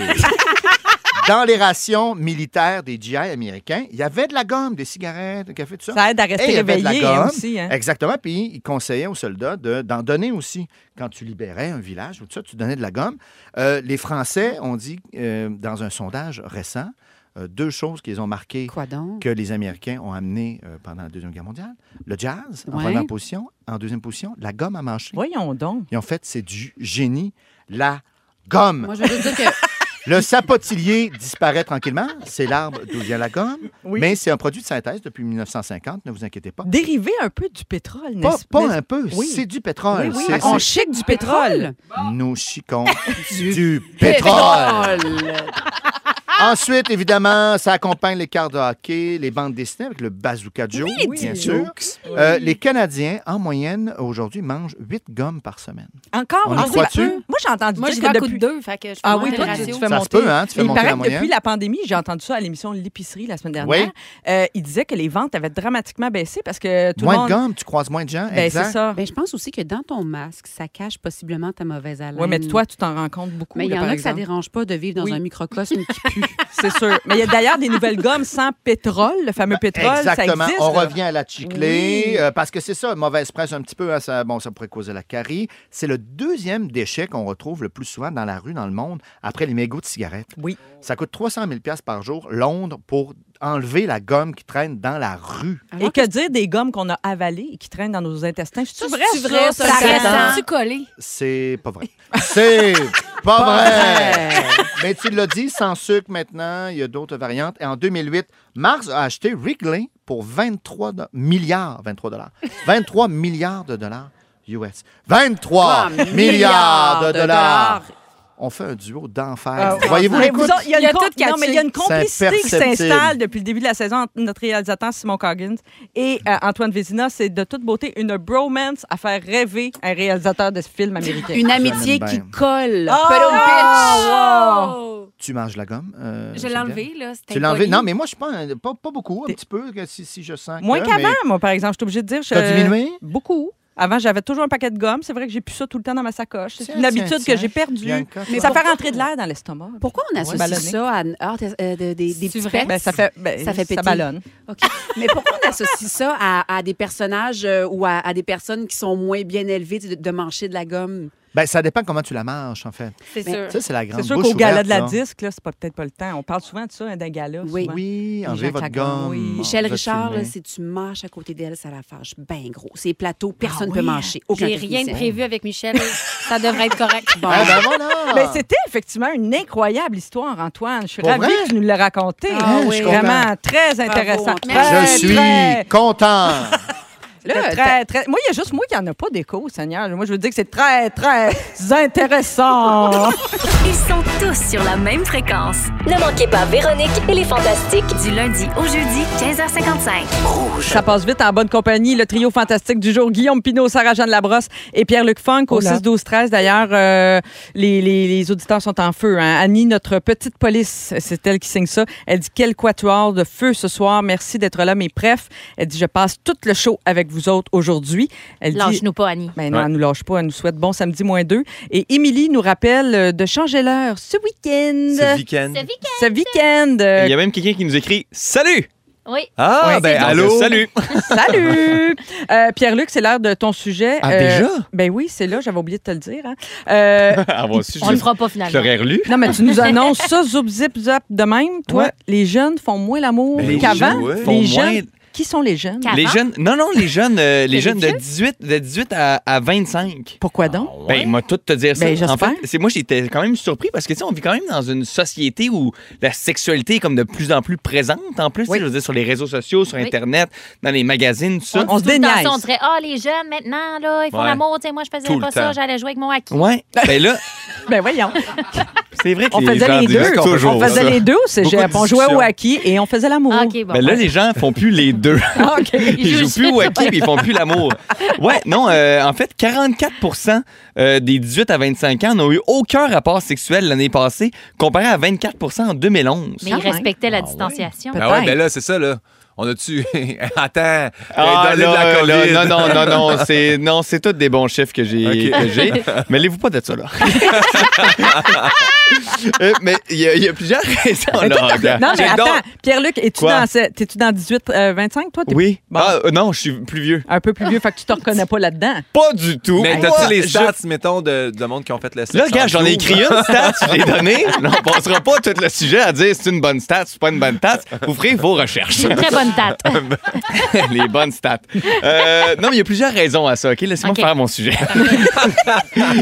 Speaker 3: Dans les rations militaires des GI américains, il y avait de la gomme, des cigarettes, du café, tout ça.
Speaker 1: Ça aide à rester
Speaker 3: Et il y avait de la
Speaker 1: réveillé, hein,
Speaker 3: gomme.
Speaker 1: aussi, hein.
Speaker 3: Exactement. Puis il conseillait aux soldats de- d'en donner aussi. Quand tu libérais un village ou tout ça, tu donnais de la gomme. Euh, les Français ont dit, euh, dans un sondage récent, euh, deux choses qu'ils ont marquées
Speaker 11: Quoi donc?
Speaker 3: que les Américains ont amené euh, pendant la Deuxième Guerre mondiale. Le jazz, en
Speaker 11: Ouais.
Speaker 3: première position. En deuxième position, la gomme à mâcher.
Speaker 1: Voyons donc.
Speaker 3: Ils ont fait, c'est du génie, la gomme.
Speaker 11: Moi, je veux juste dire que
Speaker 3: Le sapotilier disparaît tranquillement. C'est l'arbre d'où vient la gomme. Mais c'est un produit de synthèse depuis 1950, ne vous inquiétez pas.
Speaker 1: Dérivé un peu du pétrole,
Speaker 3: Pas-
Speaker 1: n'est-ce
Speaker 3: pas
Speaker 1: n'est-ce-
Speaker 3: un peu,
Speaker 1: Oui.
Speaker 3: c'est du pétrole.
Speaker 1: Oui, oui.
Speaker 3: C'est-
Speaker 1: On
Speaker 3: c'est-
Speaker 1: chic du pétrole.
Speaker 3: Nous chicons du pétrole. Ensuite, évidemment, ça accompagne les quarts de hockey, les bandes dessinées avec le Bazooka Joe,
Speaker 1: Oui,
Speaker 3: bien
Speaker 1: oui.
Speaker 3: sûr.
Speaker 1: Jokes.
Speaker 3: Euh, les Canadiens, en moyenne, aujourd'hui, mangent 8 gommes par semaine.
Speaker 1: Encore
Speaker 3: On y
Speaker 1: Ah, c'est
Speaker 3: croit-tu?
Speaker 1: peu. Moi, j'ai entendu
Speaker 12: Moi,
Speaker 1: dire
Speaker 12: j'y
Speaker 1: que
Speaker 12: vais à
Speaker 1: depuis...
Speaker 12: coup de deux, fait que je
Speaker 1: ah
Speaker 12: peux
Speaker 1: oui,
Speaker 12: monter
Speaker 1: toi,
Speaker 12: la
Speaker 1: tu, tu
Speaker 12: ratio.
Speaker 1: fais
Speaker 3: Ça se
Speaker 1: monter.
Speaker 3: peut, hein, tu fais
Speaker 1: Il
Speaker 3: monter
Speaker 1: paraît
Speaker 3: la
Speaker 1: que
Speaker 3: moyenne.
Speaker 1: depuis la pandémie, j'ai entendu ça à l'émission L'épicerie la semaine dernière,
Speaker 3: Oui.
Speaker 1: euh, il disait que les ventes avaient dramatiquement baissé parce que tout le
Speaker 3: Moins
Speaker 1: monde...
Speaker 3: de gommes, tu croises moins de gens.
Speaker 1: Ben,
Speaker 3: exact.
Speaker 1: c'est ça.
Speaker 11: Ben, je pense aussi que dans ton masque, ça cache possiblement ta mauvaise haleine.
Speaker 1: Oui, mais toi, tu t'en rends compte beaucoup.
Speaker 11: Mais il y
Speaker 1: là,
Speaker 11: en a
Speaker 1: par
Speaker 11: que ça
Speaker 1: exemple.
Speaker 11: dérange pas de vivre dans
Speaker 1: Oui.
Speaker 11: un microcosme qui pue.
Speaker 1: C'est sûr. Mais il y a d'ailleurs des nouvelles gommes sans pétrole, le fameux pétrole,
Speaker 3: Ben, Exactement.
Speaker 1: ça existe.
Speaker 3: On
Speaker 1: là.
Speaker 3: revient à la chiclée,
Speaker 1: Oui.
Speaker 3: euh, parce que c'est ça, mauvaise presse un petit peu, hein, ça, bon, ça pourrait causer la carie. C'est le deuxième déchet qu'on retrouve le plus souvent dans la rue, dans le monde, après les mégots de cigarettes.
Speaker 1: Oui.
Speaker 3: Ça coûte 300 000 par jour, Londres, pour enlever la gomme qui traîne dans la rue.
Speaker 1: Et que dire des gommes qu'on a avalées et qui traînent dans nos intestins? C'est vrai,
Speaker 12: C'est vrai, ça, ça reste-tu collé?
Speaker 3: C'est pas vrai. C'est pas
Speaker 1: Pas
Speaker 3: vrai. Mais tu l'as dit, sans sucre maintenant, il y a d'autres variantes. Et en 2008, Mars a acheté Wrigley pour 23 do- milliards, 23 dollars, 23 milliards de dollars US. 23 milliards de dollars. On fait un duo d'enfer. Ah, Voyez-vous
Speaker 1: Mais
Speaker 3: l'écoute?
Speaker 1: Ah, vous autres, Il y a une,
Speaker 12: Il y a
Speaker 1: com-
Speaker 12: tout catché.
Speaker 1: non, mais il y a une
Speaker 3: C'est
Speaker 1: complicité qui
Speaker 3: imperceptible.
Speaker 1: s'installe depuis le début de la saison entre notre réalisateur Simon Coggins et euh, Antoine Vézina. C'est de toute beauté une bromance à faire rêver un réalisateur de ce film américain.
Speaker 11: Une amitié
Speaker 3: bien.
Speaker 11: qui colle.
Speaker 1: Oh!
Speaker 11: Pedal
Speaker 3: Tu manges la gomme? euh,
Speaker 12: Je l'ai
Speaker 3: Sylvia?
Speaker 12: enlevé, là. c'était
Speaker 3: Tu l'as enlevée?
Speaker 12: impoli.
Speaker 3: Non, mais moi, je suis pas, un- pas, pas beaucoup, un petit peu, que si, si je sens.
Speaker 1: Moins
Speaker 3: que,
Speaker 1: qu'avant,
Speaker 3: mais-
Speaker 1: moi, par exemple. Je suis obligée de dire. Je...
Speaker 3: T'as diminué?
Speaker 1: Beaucoup. Avant, j'avais toujours un paquet de gomme. C'est vrai que j'ai plus ça tout le temps dans ma sacoche. C'est
Speaker 3: Tiens,
Speaker 1: une
Speaker 3: tiens,
Speaker 1: habitude
Speaker 3: tiens.
Speaker 1: que j'ai perdue.
Speaker 3: Bianca,
Speaker 1: Mais ça fait rentrer de l'air dans l'estomac.
Speaker 11: Pourquoi on associe
Speaker 1: Ballonné.
Speaker 11: ça à ah, t'as- euh, de- des, des
Speaker 1: C'est
Speaker 11: petits
Speaker 1: vrai?
Speaker 11: pets?
Speaker 1: Ben, ça fait- ben, ça
Speaker 11: péter.
Speaker 1: ballonne.
Speaker 11: OK. Mais pourquoi on associe ça à, à des personnages euh, ou à, à des personnes qui sont moins bien élevées de, de mancher de la gomme?
Speaker 3: Ben, ça dépend comment tu la manges, en fait.
Speaker 12: C'est
Speaker 11: Mais-
Speaker 12: sûr.
Speaker 3: Ça, c'est la grande
Speaker 1: C'est sûr
Speaker 3: bouche
Speaker 1: qu'au gala
Speaker 3: ouverte,
Speaker 1: de la
Speaker 3: là.
Speaker 1: disque, là, c'est pas- peut-être pas le temps. On parle souvent de ça, hein, d'un gala.
Speaker 11: Oui.
Speaker 1: souvent.
Speaker 3: Oui,
Speaker 1: Les
Speaker 3: enlevez
Speaker 1: gens
Speaker 3: votre
Speaker 1: qui la gomme,
Speaker 3: gomme.
Speaker 1: oui.
Speaker 11: Michel
Speaker 3: vous êtes
Speaker 11: Richard, là,
Speaker 3: filmé.
Speaker 11: si tu marches à côté d'elle, ça la fâche bien gros. C'est plateau, personne ne
Speaker 1: Ah
Speaker 11: peut
Speaker 1: oui?
Speaker 11: marcher. Aucun
Speaker 12: hein? J'ai rien de
Speaker 11: technicien.
Speaker 12: prévu avec Michel. ça devrait être correct.
Speaker 11: Bon.
Speaker 3: Ah, ben voilà!
Speaker 1: Mais c'était effectivement une incroyable histoire, Antoine. Je suis
Speaker 3: Pour
Speaker 1: ravie
Speaker 3: vrai?
Speaker 1: que tu nous l'aies racontée.
Speaker 3: Ah oui. Je suis
Speaker 1: Vraiment
Speaker 3: content.
Speaker 1: très intéressant.
Speaker 11: Antoine.
Speaker 3: Je
Speaker 1: Très, très,
Speaker 3: suis content!
Speaker 1: très,
Speaker 11: Là,
Speaker 1: très, très- Moi, il y a juste moi qui en a pas d'écho, Seigneur. Moi, je veux dire que c'est très, très intéressant.
Speaker 7: Ils sont tous sur la même fréquence.
Speaker 8: Ne manquez pas Véronique et les Fantastiques.
Speaker 7: Du lundi au jeudi, 15h55.
Speaker 1: Ça passe vite en bonne compagnie. Le trio fantastique du jour, Guillaume Pinot, Sarah-Jeanne Labrosse et Pierre-Luc Funk au
Speaker 4: Oh là.
Speaker 1: 6-12-13. D'ailleurs, euh, les, les- les auditeurs sont en feu. hein. Annie, notre petite police, c'est elle qui signe ça. Elle dit Quel quatuor de feu ce soir. Merci d'être là, mes prefs. Elle dit Je passe tout le show avec vous autres aujourd'hui. Elle dit
Speaker 12: Lâche-nous pas, Annie.
Speaker 1: ben non,
Speaker 2: Ouais.
Speaker 1: elle nous lâche pas. Elle nous souhaite bon samedi moins deux. Et Émilie nous rappelle euh, de changer l'heure ce
Speaker 13: C'est
Speaker 1: week-end.
Speaker 13: le week-end.
Speaker 1: Ce week-end. Euh,
Speaker 10: Il y a même quelqu'un qui nous écrit Salut!
Speaker 12: Oui.
Speaker 13: Ah,
Speaker 1: Ouais, c'est
Speaker 13: ben
Speaker 1: drôle.
Speaker 13: allô?
Speaker 10: Salut!
Speaker 1: Salut! Euh, Pierre-Luc, c'est l'heure de ton sujet.
Speaker 13: Ah,
Speaker 1: Euh,
Speaker 13: déjà?
Speaker 1: Ben oui, c'est là, j'avais oublié de te le dire. hein. Euh,
Speaker 10: Ah, moi aussi,
Speaker 12: On le
Speaker 10: je
Speaker 12: fera pas
Speaker 10: je
Speaker 12: finalement.
Speaker 10: l'aurais relu.
Speaker 1: non, mais tu nous annonces ça, zoup, zip, zap, de même. Toi,
Speaker 10: Ouais.
Speaker 1: les jeunes font moins l'amour
Speaker 13: Ben, les
Speaker 1: qu'avant.
Speaker 13: jeunes, ouais.
Speaker 1: Les
Speaker 10: Font
Speaker 1: jeunes,
Speaker 10: moins-
Speaker 1: qui sont les jeunes?
Speaker 12: Qu'avant?
Speaker 10: Les jeunes, non, non, les jeunes, euh, les
Speaker 12: T'es
Speaker 10: jeunes de
Speaker 12: vieux?
Speaker 10: 18, de 18 à, à 25.
Speaker 1: Pourquoi donc?
Speaker 10: Ben, il m'a tout te dire ça.
Speaker 1: Ben, j'espère.
Speaker 10: en fait, c'est moi, j'étais quand même surpris parce que, tu sais, on vit quand même dans une société où la sexualité est comme de plus en plus présente. En plus, tu sais, je veux dire, sur les réseaux sociaux, sur
Speaker 12: Oui.
Speaker 10: Internet, dans les magazines, tout ça.
Speaker 1: On se
Speaker 12: Tout le temps,
Speaker 1: déniaise.
Speaker 12: ça, on dirait, ah, les jeunes, maintenant, là, ils font
Speaker 10: Ouais.
Speaker 12: l'amour. Tiens, moi, je faisais
Speaker 13: Tout le
Speaker 12: pas ça,
Speaker 13: temps.
Speaker 12: j'allais jouer avec mon acquis.
Speaker 10: Ouais. ben là,
Speaker 1: Ben voyons.
Speaker 10: c'est vrai que
Speaker 1: On
Speaker 10: Ah, les
Speaker 1: faisait
Speaker 10: gens
Speaker 1: les
Speaker 10: disent
Speaker 1: deux.
Speaker 10: toujours
Speaker 1: on faisait
Speaker 10: ça.
Speaker 1: les deux au cégep.
Speaker 10: Beaucoup de
Speaker 1: On jouait au
Speaker 10: discussions.
Speaker 1: hockey et on faisait l'amour.
Speaker 12: Ah, OK, bon.
Speaker 10: Ben là, les gens font plus les deux.
Speaker 1: Ah, OK.
Speaker 10: Ils jouent plus au hockey, puis ils font plus l'amour. Ouais, non, euh, en fait, 44 euh, des 18 à 25 ans n'ont eu aucun rapport sexuel l'année passée, comparé à 24 en 2011.
Speaker 12: Mais
Speaker 1: Quand
Speaker 12: ils
Speaker 1: même.
Speaker 12: respectaient la distanciation.
Speaker 13: Ben ouais, ben là, c'est ça, là. On a-tu. Attends,
Speaker 10: Ah,
Speaker 13: les données
Speaker 10: là,
Speaker 13: de la COVID.
Speaker 10: là, non, non, non, non, c'est, non, c'est tous des bons chiffres que j'ai.
Speaker 13: Ok.
Speaker 10: que j'ai. Mêlez-vous pas de ça, là. Euh, mais il y, a- il y a plusieurs raisons.
Speaker 1: Mais
Speaker 10: là,
Speaker 1: toi, t'as-
Speaker 10: regarde.
Speaker 1: non, mais
Speaker 10: ben, J'ai
Speaker 1: attends,
Speaker 10: donc-
Speaker 1: Pierre-Luc, es-tu
Speaker 10: Quoi?
Speaker 1: dans, ce- t'es-tu dans 18-25? Toi, t'es
Speaker 10: Oui.
Speaker 1: Bon.
Speaker 10: Ah, euh, non, je suis plus vieux.
Speaker 1: un peu plus vieux, fait que tu te reconnais pas là-dedans.
Speaker 10: Pas du tout.
Speaker 13: Mais
Speaker 10: Moi,
Speaker 13: t'as-tu les
Speaker 10: je-
Speaker 13: stats, mettons, de, de monde qui ont fait le sexe?
Speaker 10: Là, gars,
Speaker 13: en
Speaker 10: j'en ai écrit
Speaker 13: jour?
Speaker 10: une stat, je l'ai donnée. Là, on passera pas tout le sujet à dire c'est une bonne stat, c'est pas une bonne stat. Vous ferez vos recherches.
Speaker 12: C'est une très bonne bonnes dates.
Speaker 10: Les bonnes stats. Euh, non, mais il y a plusieurs raisons à ça. OK, laissez-moi
Speaker 12: OK.
Speaker 10: faire mon sujet.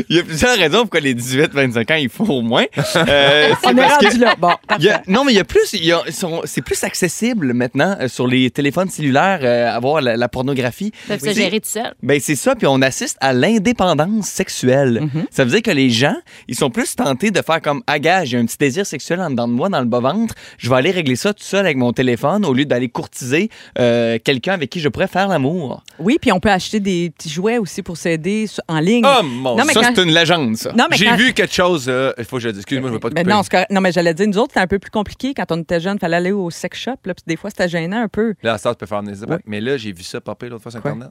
Speaker 10: il y a plusieurs raisons pourquoi les 18-25 ans, il faut au moins. Euh,
Speaker 1: On est rendu là. Bon,
Speaker 10: il y a- non, mais il y a plus. il y a- sont- c'est plus accessible maintenant euh, sur les téléphones cellulaires, euh, avoir la, la pornographie.
Speaker 12: Ils peuvent se
Speaker 10: C'est-
Speaker 12: gérer tout seuls.
Speaker 10: ben c'est ça, puis on assiste à l'indépendance sexuelle.
Speaker 1: Mhm.
Speaker 10: Ça veut dire que les gens, ils sont plus tentés de faire comme « Ah gars, j'ai un petit désir sexuel en dedans de moi, dans le bas-ventre, je vais aller régler ça tout seul avec mon téléphone au lieu d'aller courtiser euh, quelqu'un avec qui je pourrais faire l'amour.
Speaker 1: Oui, puis on peut acheter des petits jouets aussi pour s'aider sur- en ligne. »
Speaker 10: Oh mon,
Speaker 1: Non, mais
Speaker 10: ça
Speaker 1: quand-
Speaker 10: c'est une légende, ça.
Speaker 1: Non, mais
Speaker 13: J'ai
Speaker 1: quand-
Speaker 13: vu quelque chose. euh, Il faut que je le dise. Excuse-moi, je ne veux pas te
Speaker 1: Mais
Speaker 13: couper.
Speaker 1: Ben non, c'est correct. non, mais j'allais dire, nous autres, c'était un peu plus compliqué. Quand on était jeunes, il fallait aller au sex shop. Là, puis des fois, c'était gênant un peu.
Speaker 13: Là, à ça, tu peux faire amnésie. Mais là, j'ai vu ça popper l'autre fois sur Internet.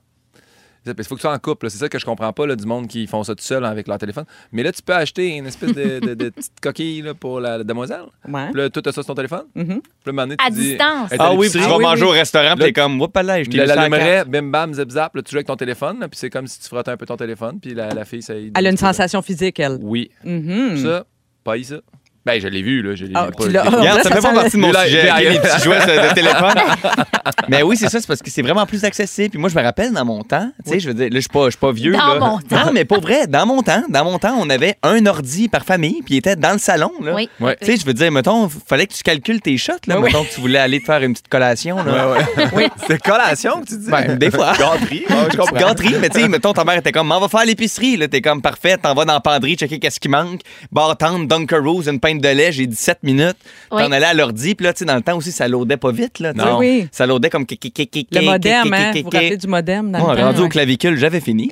Speaker 13: Il faut que tu sois en couple. là. C'est ça que je comprends pas là, du monde qui font ça tout seul avec leur téléphone. Mais là, tu peux acheter une espèce de, de- de petite coquille là, pour la, la demoiselle. Puis là, tout ça sur ton téléphone.
Speaker 1: Mm-hmm.
Speaker 13: Puis là, un moment donné, tu
Speaker 12: À
Speaker 13: dis-
Speaker 12: distance.
Speaker 13: Hey, t'as
Speaker 10: Ah oui,
Speaker 13: l'épicerie?
Speaker 10: puis tu vas manger au restaurant, puis
Speaker 13: Là,
Speaker 10: t'es comme « Whoop là, je t'ai
Speaker 13: La
Speaker 10: mis ça à la
Speaker 13: l'aimerait,
Speaker 10: carte.
Speaker 13: bim bam, zip zap, là, tu joues avec ton téléphone, là, puis c'est comme si tu frottais un peu ton téléphone, puis la, la fille, ça. y-
Speaker 1: Elle a une sensation physique, elle.
Speaker 13: Oui.
Speaker 1: Mhm.
Speaker 13: Ça, pas eu ça. Ben, je l'ai vu, là. Je l'ai
Speaker 1: Ah,
Speaker 13: vu.
Speaker 1: tu l'as- Regarde, ça fait pas partie
Speaker 10: de mon
Speaker 13: Là,
Speaker 10: sujet,
Speaker 13: j'ai-
Speaker 10: les petits jouets de- de téléphone. Mais oui, c'est ça, c'est parce que c'est vraiment plus accessible. Puis moi, je me rappelle dans mon temps, tu sais, je veux dire, là, je suis pas, je suis pas vieux.
Speaker 12: Dans
Speaker 10: là.
Speaker 12: mon temps.
Speaker 10: Non, mais pour vrai, dans mon temps, dans mon temps, on avait un ordi par famille, puis il était dans le salon, là.
Speaker 12: Oui.
Speaker 10: Tu sais, je veux dire, mettons, fallait que tu calcules tes shots, là.
Speaker 12: Oui,
Speaker 10: mettons que tu voulais aller te faire une petite collation, là.
Speaker 13: C'est collation que tu dis?
Speaker 10: Ben, des fois.
Speaker 13: Gâterie, ouais, je comprends.
Speaker 10: Gâterie, mais tu sais, mettons, ta mère était comme, on va faire l'épicerie. Là, t'es comme, parfait, t'en vas dans la penderie, checker qu'est-ce qui manque. Bartende, Dunkaroos, une pinte de lait, j'ai 17 minutes.
Speaker 12: Oui.
Speaker 10: T'en allais à l'ordi, puis là, tu sais, dans le temps aussi, ça loadait pas vite, là. tu sais.
Speaker 1: Non. Oui.
Speaker 10: Ça loadait comme. ki- ki- ki- ki-
Speaker 1: Le
Speaker 10: ki-
Speaker 1: modem,
Speaker 10: ki- ki-
Speaker 1: hein? Vous
Speaker 10: ki-
Speaker 1: vous
Speaker 10: ki-
Speaker 1: rappelez du modem? Dans le
Speaker 10: Ouais,
Speaker 1: temps,
Speaker 10: rendu
Speaker 1: ouais.
Speaker 10: au clavicule, j'avais fini.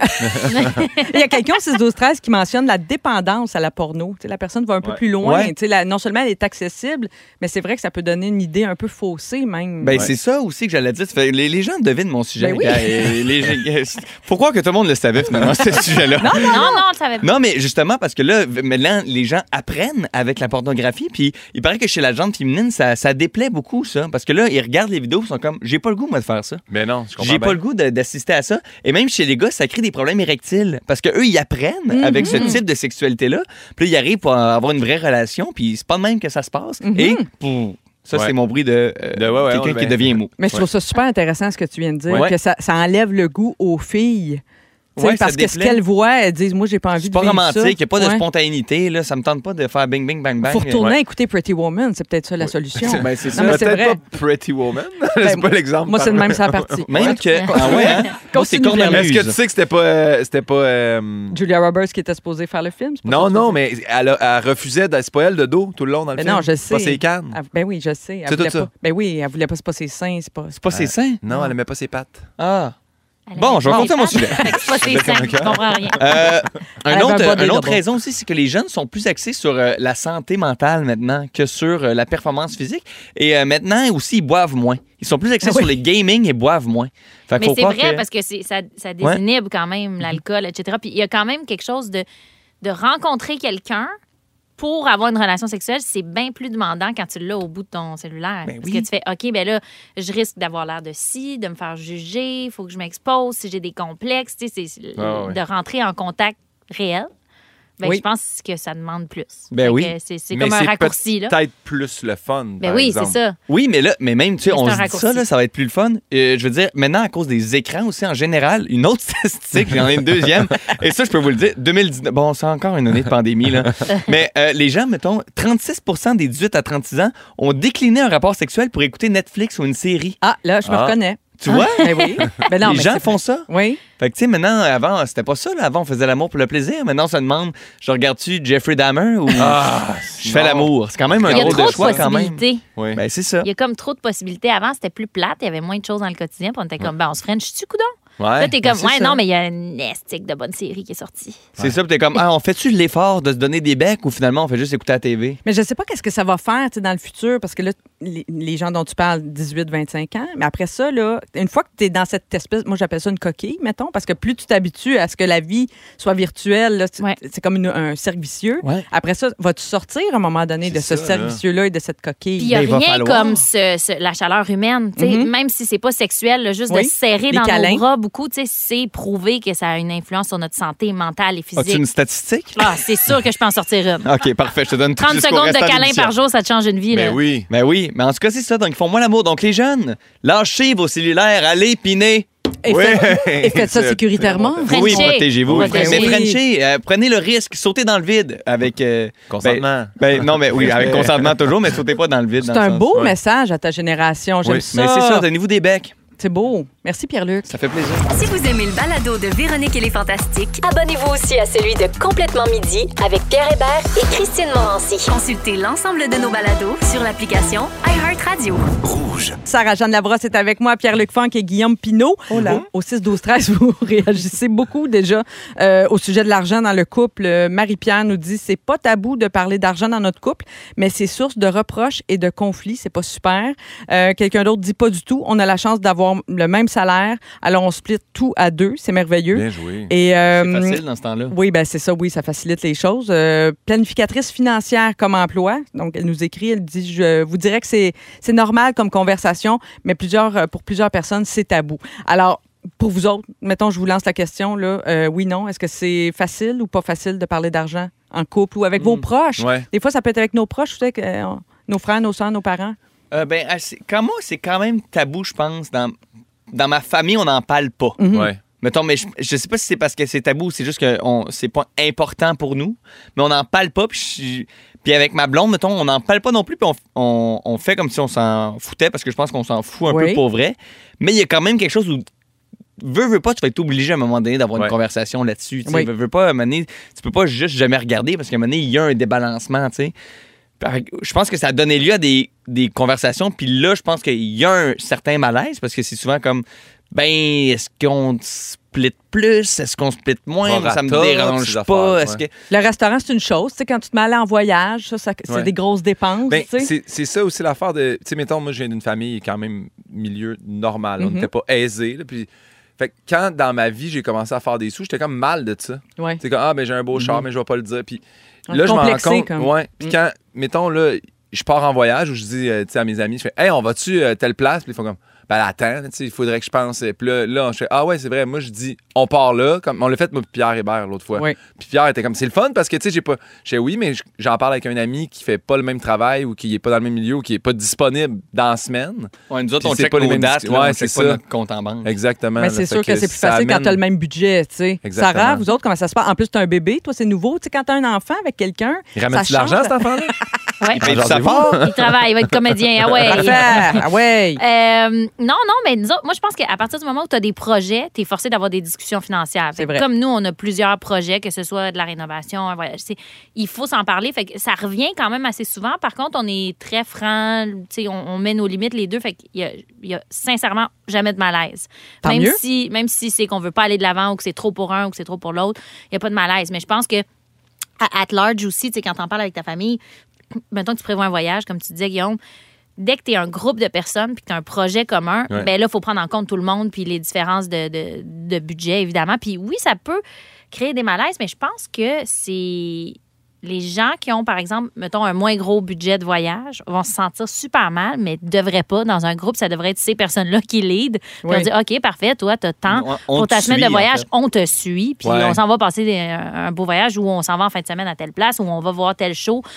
Speaker 1: Il y a quelqu'un au 6 12 13 qui mentionne la dépendance à la porno. Tu sais, la personne va un peu
Speaker 10: Ouais.
Speaker 1: plus loin.
Speaker 10: Ouais.
Speaker 1: Tu sais, la- non seulement elle est accessible, mais c'est vrai que ça peut donner une idée un peu faussée même.
Speaker 10: Ben, c'est ça aussi que j'allais dire. Ça fait- Les, les gens devinent mon sujet.
Speaker 1: Ben oui.
Speaker 10: Et les gens- Faut croire que tout le monde le savait finalement, ce sujet-là.
Speaker 12: Non, non, non, ça va
Speaker 10: Non, mais justement, parce que là, v- maintenant, les gens apprennent avec la pornographie. Puis il paraît que chez la gente féminine, ça, ça déplaît beaucoup, ça. Parce que là, ils regardent les vidéos, ils sont comme, j'ai pas le goût, moi, de faire ça.
Speaker 13: Mais Ben non, je comprends
Speaker 10: J'ai
Speaker 13: bien.
Speaker 10: pas le goût de- d'assister à ça. Et même chez les gars, ça crée des problèmes érectiles. Parce que eux ils apprennent
Speaker 1: Mm-hmm.
Speaker 13: Mhm.
Speaker 10: avec ce type de sexualité-là. Puis là, ils arrivent pour avoir une vraie relation. Puis c'est pas de même que ça se passe.
Speaker 1: Mm-hmm.
Speaker 10: Et pouf, ça,
Speaker 13: Ouais.
Speaker 10: c'est mon bruit de, euh,
Speaker 13: ouais, ben. on
Speaker 10: quelqu'un
Speaker 13: le
Speaker 10: qui
Speaker 13: met.
Speaker 10: devient mou.
Speaker 1: Mais je trouve ça super intéressant ce que tu viens de dire,
Speaker 10: Ouais.
Speaker 1: que ça, ça enlève le goût aux filles. Tu sais,
Speaker 10: Ouais, ça
Speaker 1: parce que ce
Speaker 10: déplaît.
Speaker 1: qu'elles voient, elles disent, moi, j'ai pas envie de
Speaker 10: pas
Speaker 1: vivre ça.
Speaker 10: romantique, il n'y a pas de
Speaker 1: Ouais.
Speaker 10: spontanéité. Là, ça me tente pas de faire bing, bing, bang, bang.
Speaker 1: Faut retourner
Speaker 10: Ouais.
Speaker 1: écouter Pretty Woman, c'est peut-être ça la solution.
Speaker 10: Ben, c'est
Speaker 1: Non,
Speaker 10: ça.
Speaker 1: mais c'est vrai.
Speaker 13: Peut-être pas Pretty Woman.
Speaker 1: Ben,
Speaker 13: c'est pas l'exemple.
Speaker 1: moi, c'est de même, ça a parti.
Speaker 13: partie.
Speaker 1: Même que- ah ouais, hein? Moi, c'est Continue, cornemuse.
Speaker 13: Est-ce que tu sais que c'était pas. euh, c'était pas euh,
Speaker 1: Julia Roberts qui était supposée faire le film. c'est pas
Speaker 13: non,
Speaker 1: ça?
Speaker 13: non, mais elle, a- elle refusait. d'être- C'est pas elle de dos tout le long dans le
Speaker 1: Ben
Speaker 13: film.
Speaker 1: non, je
Speaker 13: C'est Pas
Speaker 1: sais.
Speaker 13: ses cannes.
Speaker 1: Ah, Ben oui, je sais. Elle
Speaker 13: C'est tout
Speaker 1: voulait
Speaker 13: ça.
Speaker 1: pas- Ben oui, elle voulait pas, c'est pas ses seins, c'est pas... C'est
Speaker 10: pas ses seins?
Speaker 13: Euh, Non, elle aimait pas ses pattes.
Speaker 10: Ah. Bon, je vais continuer mon sujet.
Speaker 12: Fait que c'est pas ses seins, je comprends rien.
Speaker 10: Euh,
Speaker 12: Elle
Speaker 10: un
Speaker 12: avait un
Speaker 10: autre,
Speaker 12: body
Speaker 10: une autre
Speaker 12: double.
Speaker 10: raison aussi, c'est que les jeunes sont plus axés sur euh, la santé mentale maintenant que sur euh, la performance physique. Et euh, maintenant aussi, ils boivent moins. Ils sont plus
Speaker 1: Ah
Speaker 10: axés sur le gaming et boivent moins. Fait qu'il
Speaker 12: Mais
Speaker 10: faut
Speaker 12: c'est
Speaker 10: croire
Speaker 12: vrai
Speaker 10: que-
Speaker 12: parce que c'est- ça, ça désinhibe quand même l'alcool, etc. Puis il y a quand même quelque chose de, de rencontrer quelqu'un pour avoir une relation sexuelle, c'est bien plus demandant quand tu l'as au bout de ton cellulaire.
Speaker 10: Ben
Speaker 12: parce
Speaker 10: oui.
Speaker 12: que tu fais, OK, ben là, je risque d'avoir l'air de ci, de me faire juger, il faut que je m'expose, si j'ai des complexes, tu sais, c'est
Speaker 10: Ah ouais.
Speaker 12: de rentrer en contact réel. Ben,
Speaker 10: Oui.
Speaker 12: je pense que ça demande plus.
Speaker 10: Ben
Speaker 12: Fait
Speaker 10: oui.
Speaker 12: que c'est- C'est
Speaker 10: Mais
Speaker 12: comme un
Speaker 10: c'est
Speaker 12: raccourci. là.
Speaker 13: Peut-être plus le fun.
Speaker 12: Ben oui, c'est ça.
Speaker 10: Oui, mais là, mais même, tu sais,
Speaker 12: Mais c'est
Speaker 10: on
Speaker 12: un
Speaker 10: se dit
Speaker 12: raccourci.
Speaker 10: ça, là, ça va être plus le fun. Euh, je veux dire, maintenant, à cause des écrans aussi, en général, une autre statistique, j'en ai une deuxième, et ça, je peux vous le dire, 2019, bon, c'est encore une année de pandémie, là, mais euh, les gens, mettons, 36 des 18 à 36 ans ont décliné un rapport sexuel pour écouter Netflix ou une série.
Speaker 1: Ah, là, je me reconnais.
Speaker 10: Tu vois?
Speaker 1: Ben oui. Ben non,
Speaker 10: les
Speaker 1: mais
Speaker 10: gens
Speaker 1: c'est-
Speaker 10: font ça.
Speaker 1: Oui.
Speaker 10: Fait que, tu sais, maintenant, avant, c'était pas ça. là. Avant, on faisait l'amour pour le plaisir. Maintenant, on se demande, je regarde-tu Jeffrey Dahmer ou
Speaker 13: Ah,
Speaker 10: je fais l'amour? C'est quand même un
Speaker 12: Il y a
Speaker 10: drôle
Speaker 12: trop
Speaker 10: de
Speaker 12: de
Speaker 10: choix, quand même.
Speaker 12: possibilités.
Speaker 10: Ben, c'est ça.
Speaker 12: Il y a comme trop de possibilités. Avant, c'était plus plate. Il y avait moins de choses dans le quotidien. Puis on était comme, ben, on se french-tu, coudon?
Speaker 10: Ouais,
Speaker 12: là, t'es
Speaker 10: ben,
Speaker 12: comme,
Speaker 10: c'est
Speaker 12: ouais,
Speaker 10: ça.
Speaker 12: non, mais il y a une estique de bonne série qui est sortie.
Speaker 10: C'est ça, puis t'es comme, ah, on fait-tu l'effort de se donner des becs ou finalement on fait juste écouter la TV?
Speaker 1: Mais je sais pas qu'est-ce que ça va faire tu sais, dans le futur, parce que là, les, les gens dont tu parles, 18-25 ans, mais après ça, là, une fois que tu es dans cette espèce, moi j'appelle ça une coquille, mettons, parce que plus tu t'habitues à ce que la vie soit virtuelle, là, tu- c'est comme une- un cercle vicieux. Après ça, vas-tu sortir à un moment donné de ce
Speaker 12: ça,
Speaker 1: cercle
Speaker 12: là.
Speaker 1: vicieux-là et de cette coquille?
Speaker 12: Puis il n'y
Speaker 10: Ben,
Speaker 12: a rien comme ce- ce- la chaleur humaine. tu sais,
Speaker 1: Mhm.
Speaker 10: Mm-hmm.
Speaker 12: Même si c'est pas sexuel, là, juste de
Speaker 1: Oui.
Speaker 12: se serrer
Speaker 1: Les
Speaker 12: dans
Speaker 1: câlins.
Speaker 12: nos bras beaucoup, tu sais, c'est prouvé que ça a une influence sur notre santé mentale et physique.
Speaker 10: As-tu une statistique?
Speaker 12: Ah, c'est sûr que je peux en sortir une.
Speaker 10: OK, parfait. Je te donne tout
Speaker 12: 30
Speaker 10: jusqu'au
Speaker 12: secondes de
Speaker 10: restant
Speaker 12: câlin
Speaker 10: l'émission.
Speaker 12: par jour, ça te change une vie.
Speaker 10: Ben
Speaker 12: là.
Speaker 10: oui. Ben oui. Mais en tout cas, c'est ça. Donc, ils font moins l'amour. Donc, les jeunes, lâchez vos cellulaires, allez piner.
Speaker 1: Et faites- et faites ça sécuritairement.
Speaker 10: Oui,
Speaker 1: Oh, Frenchie.
Speaker 10: protégez-vous.
Speaker 1: Protégez.
Speaker 10: Mais Frenchy, prenez le risque, sautez dans le vide avec... consentement. Ben, non, mais oui, avec consentement toujours, mais sautez pas dans le vide.
Speaker 1: C'est
Speaker 10: dans le
Speaker 1: un
Speaker 10: sens.
Speaker 1: beau
Speaker 10: Ouais.
Speaker 1: message à ta génération. J'aime
Speaker 10: Oui,
Speaker 1: ça.
Speaker 10: mais c'est ça, donnez-vous des becs.
Speaker 1: C'est beau. Merci, Pierre-Luc.
Speaker 10: Ça fait plaisir.
Speaker 7: Si vous aimez le balado de Véronique et les Fantastiques,
Speaker 8: Abonnez-vous aussi à celui de Complètement Midi avec Pierre Hébert et Christine Morancy.
Speaker 7: consultez l'ensemble de nos balados sur l'application iHeartRadio. Rouge.
Speaker 1: Sarah-Jeanne Labrosse est avec moi, Pierre-Luc Funk et Guillaume Pinault. Au, au 6-12-13, vous réagissez beaucoup déjà euh, au sujet de l'argent dans le couple. Euh, Marie-Pierre nous dit c'est pas tabou de parler d'argent dans notre couple, mais c'est source de reproches et de conflits. C'est pas super. Euh, Quelqu'un d'autre dit pas du tout. On a la chance d'avoir le même salaire, alors on split tout à deux. C'est merveilleux.
Speaker 10: Bien joué.
Speaker 1: Et, euh,
Speaker 10: C'est facile dans ce temps-là.
Speaker 1: oui, ben c'est ça, oui, ça facilite les choses. Euh, planificatrice financière comme emploi, donc elle nous écrit, elle dit, je vous dirais que c'est c'est normal comme conversation, mais plusieurs, euh, pour plusieurs personnes, c'est tabou. Alors, pour vous autres, mettons, je vous lance la question, là, euh, oui, non, est-ce que c'est facile ou pas facile de parler d'argent en couple ou avec vos proches?
Speaker 10: Ouais.
Speaker 1: Des fois, ça peut être avec nos proches, tu sais, que, euh, nos frères, nos soeurs, nos parents.
Speaker 10: Euh, ben, assez- quand moi, c'est quand même tabou, je pense. Dans, dans ma famille, on n'en parle pas.
Speaker 1: Mhm. Ouais.
Speaker 10: Mettons, mais je, je sais pas si c'est parce que c'est tabou ou c'est juste que on- c'est pas important pour nous, mais on n'en parle pas. Puis, je- puis avec ma blonde, mettons, on n'en parle pas non plus, puis on, on- on fait comme si on s'en foutait parce que je pense qu'on s'en fout un
Speaker 1: Oui.
Speaker 10: peu pour vrai. Mais il y a quand même quelque chose où veux, veux pas, tu vas être obligé à un moment donné d'avoir une conversation là-dessus. Tu sais.
Speaker 1: Oui.
Speaker 10: Veux, veux pas, à un moment donné, tu peux pas juste jamais regarder parce qu'à un moment donné, il y a un débalancement, tu sais. Par- Je pense que ça a donné lieu à des, des conversations. Puis là, je pense qu'il y a un certain malaise parce que c'est souvent comme, ben, est-ce qu'on split plus? Est-ce qu'on split moins?
Speaker 13: Prorata,
Speaker 10: ça me
Speaker 13: ces
Speaker 10: dérange
Speaker 13: affaires,
Speaker 10: pas. Est-ce
Speaker 13: ouais.
Speaker 10: que...
Speaker 1: Le restaurant, c'est une chose. Tu sais, quand tu te mets à aller en voyage, ça, ça- c'est
Speaker 13: Ouais.
Speaker 1: des grosses dépenses.
Speaker 13: Ben,
Speaker 1: tu sais.
Speaker 13: c'est c'est ça aussi l'affaire de. Tu sais, mettons, moi, je viens d'une famille quand même milieu normal. On
Speaker 1: Mhm.
Speaker 13: n'était pas aisé. là, puis- Fait que quand dans ma vie, j'ai commencé à faire des sous, j'étais comme mal de ça.
Speaker 1: Ouais.
Speaker 13: C'est comme, ah, ben j'ai un beau char,
Speaker 1: Mhm.
Speaker 13: mais je vais pas le dire. Puis
Speaker 1: Ouais,
Speaker 13: là, je m'en rends
Speaker 1: complexé,
Speaker 13: compte.
Speaker 1: comme.
Speaker 13: Ouais. Puis
Speaker 1: Mm.
Speaker 13: quand, mettons, là, je pars en voyage ou je dis euh, tu sais, à mes amis, je fais, hey, on va-tu euh, telle place? Puis ils font comme, ben là, attends, tu sais, il faudrait que je pense. Puis là, là, je fais, ah ouais, c'est vrai. Moi, je dis, on part là. Comme, on l'a fait, moi, puis Pierre Hébert l'autre fois.
Speaker 1: Ouais.
Speaker 13: Puis Pierre était comme, c'est le fun parce que, tu sais, j'ai pas. Je fais, oui, mais j- j'en parle avec un ami qui fait pas le même travail ou qui est pas dans le même milieu ou qui est pas disponible dans la semaine.
Speaker 10: Ouais, nous autres,
Speaker 13: Puis
Speaker 10: on
Speaker 13: c'est
Speaker 10: check
Speaker 13: pas les
Speaker 10: nos
Speaker 13: mêmes
Speaker 10: dates,
Speaker 13: dis-
Speaker 10: là, on
Speaker 13: Ouais,
Speaker 10: check
Speaker 13: c'est
Speaker 10: pas
Speaker 13: ça.
Speaker 10: notre compte en banque.
Speaker 13: Exactement.
Speaker 1: Mais
Speaker 13: là,
Speaker 1: c'est
Speaker 13: fait
Speaker 1: sûr que c'est plus
Speaker 13: ça
Speaker 1: facile quand
Speaker 13: amène-
Speaker 1: tu as le même budget, tu sais.
Speaker 13: Exactement.
Speaker 1: Sarah, vous autres, comment ça se passe? En plus, tu as un bébé, toi, c'est nouveau. Tu sais, quand tu as un enfant avec quelqu'un.
Speaker 13: Il ramène-tu
Speaker 1: ça
Speaker 13: de l'argent,
Speaker 1: change.
Speaker 13: cet enfant-là?
Speaker 12: Ouais.
Speaker 13: Il paye du
Speaker 12: Il
Speaker 13: sapin?
Speaker 12: travaille, il va être comédien. Ah ouais.
Speaker 1: Parfait. Ah ouais.
Speaker 12: Euh, non, non, mais nous autres, moi, je pense qu'à partir du moment où tu as des projets, tu es forcé d'avoir des discussions financières. Fait que
Speaker 1: vrai.
Speaker 12: Comme nous, on a plusieurs projets, que ce soit de la rénovation, un voyage. c'est- Il faut s'en parler. Fait que ça revient quand même assez souvent. Par contre, on est très franc. tu sais, On, on met nos limites, les deux. Fait qu'il y a, il y a sincèrement jamais de malaise.
Speaker 1: Tant
Speaker 12: même,
Speaker 1: mieux.
Speaker 12: Si, même si c'est qu'on veut pas aller de l'avant ou que c'est trop pour un ou que c'est trop pour l'autre, il n'y a pas de malaise. Mais je pense que à at large aussi, tu sais, quand t'en parles avec ta famille, mettons que tu prévois un voyage, comme tu disais, Guillaume, dès que tu es un groupe de personnes puis que tu as un projet commun,
Speaker 8: Ouais.
Speaker 12: ben là, il faut prendre en compte tout le monde puis les différences de, de- de budget, évidemment. Puis oui, ça peut créer des malaises, mais je pense que c'est. Les gens qui ont, par exemple, mettons, un moins gros budget de voyage vont se sentir super mal, mais ne devraient pas. Dans un groupe, ça devrait être ces personnes-là qui lead. Puis
Speaker 8: Ouais.
Speaker 12: on dit, OK, parfait, toi, tu as tant.
Speaker 8: On- on
Speaker 12: Pour ta
Speaker 8: te
Speaker 12: semaine de
Speaker 8: suit, en
Speaker 12: voyage,
Speaker 8: fait.
Speaker 12: on te suit. Puis
Speaker 8: Ouais.
Speaker 12: on s'en va passer des- un un beau voyage ou on s'en va en fin de semaine à telle place ou on va voir tel show. Tu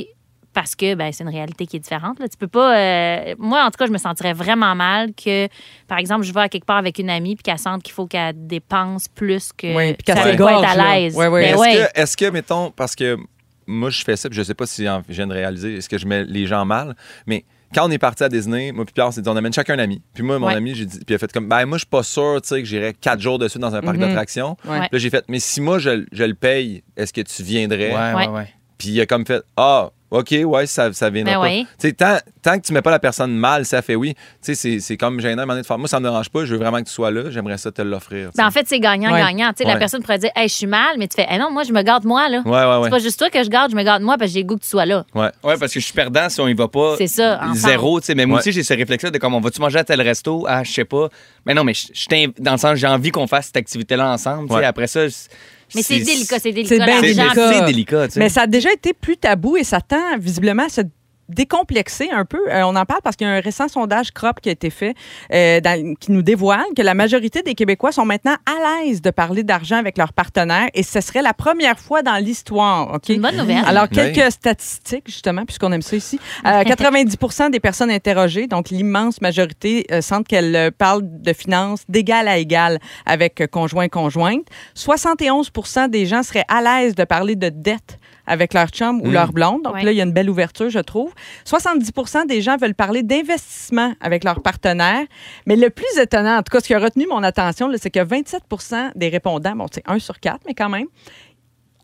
Speaker 12: sais, parce que ben, c'est une réalité qui est différente. Là. Tu peux pas. euh, Moi, en tout cas, je me sentirais vraiment mal que, par exemple, je vais à quelque part avec une amie puis qu'elle sente qu'il faut qu'elle dépense plus que.
Speaker 1: Oui, puis qu'elle
Speaker 12: ça doit
Speaker 1: s'égorge,
Speaker 12: être
Speaker 1: là.
Speaker 12: à l'aise.
Speaker 1: Ouais, ouais.
Speaker 12: Ben
Speaker 13: Est-ce
Speaker 12: ouais.
Speaker 13: que, est-ce que, mettons, parce que moi, je fais ça, puis je sais pas si en- je viens de réaliser, est-ce que je mets les gens mal, mais quand on est parti à Disney, moi puis Pierre, on s'est dit, on amène chacun un ami. Puis moi, mon
Speaker 14: Ouais.
Speaker 13: ami, j'ai dit, puis il a fait comme, ben moi, je suis pas sûr, tu sais, que j'irais quatre jours de suite dans un parc
Speaker 14: Mhm.
Speaker 13: d'attractions.
Speaker 14: Ouais.
Speaker 13: Puis Là, j'ai fait, mais si moi, je, je le paye, est-ce que tu viendrais?
Speaker 10: Ouais, ouais, Ouais. ouais.
Speaker 13: Puis il a comme fait, ah, OK, ouais, ça, ça viendra
Speaker 12: Ben
Speaker 13: pas.
Speaker 12: oui.
Speaker 13: Tu sais, tant, tant que tu mets pas la personne mal, ça fait oui. Tu sais, c'est, c'est comme gênant à un moment donné de faire, moi, ça me dérange pas, je veux vraiment que tu sois là, j'aimerais ça te l'offrir. tu sais.
Speaker 12: Ben, en fait, c'est gagnant-gagnant.
Speaker 13: Ouais.
Speaker 12: Tu sais, La
Speaker 13: Ouais.
Speaker 12: personne pourrait dire hey, Je suis mal, mais tu fais hey, Non, moi, je me garde moi. là.
Speaker 10: Ouais, ouais, ouais.
Speaker 12: C'est pas juste toi que je garde, je me garde moi parce que j'ai le goût que tu sois là.
Speaker 13: Ouais.
Speaker 10: parce que je suis perdant si on y va pas.
Speaker 12: C'est ça, ensemble.
Speaker 10: Zéro, tu sais. Mais moi
Speaker 12: Ouais.
Speaker 10: aussi, j'ai ce réflexe-là de comme on va-tu manger à tel resto? Ah, je sais pas. Mais non, mais je, je t'in- dans le sens, j'ai envie qu'on fasse cette activité-là ensemble. tu sais.
Speaker 13: Ouais.
Speaker 10: Après ça, c'est-
Speaker 12: Mais c'est délicat, c'est délicat.
Speaker 1: C'est
Speaker 12: l'argent.
Speaker 1: bien délicat.
Speaker 10: C'est délicat, tu sais.
Speaker 1: Mais ça a déjà été plus tabou et ça tend visiblement à se décomplexé un peu. Euh, on en parle parce qu'il y a un récent sondage CROP qui a été fait euh, dans- qui nous dévoile que la majorité des Québécois sont maintenant à l'aise de parler d'argent avec leurs partenaires et ce serait la première fois dans l'histoire. ok?
Speaker 12: une bonne nouvelle.
Speaker 1: Alors,
Speaker 12: Oui.
Speaker 1: quelques euh, statistiques, justement, puisqu'on aime ça ici. Euh, 90 des personnes interrogées, donc l'immense majorité, euh, sentent qu'elles euh, parlent de finances d'égal à égal avec euh, conjoint-conjointe. 71 des gens seraient à l'aise de parler de dette avec leur chum ou
Speaker 10: Hmm.
Speaker 12: Mm.
Speaker 1: leur blonde. Donc
Speaker 12: Ouais.
Speaker 1: là, il y a une belle ouverture, je trouve. 70 des gens veulent parler d'investissement avec leur partenaire. Mais le plus étonnant, en tout cas, ce qui a retenu mon attention, là, c'est que 27 des répondants, bon, c'est 1 sur 4, mais quand même,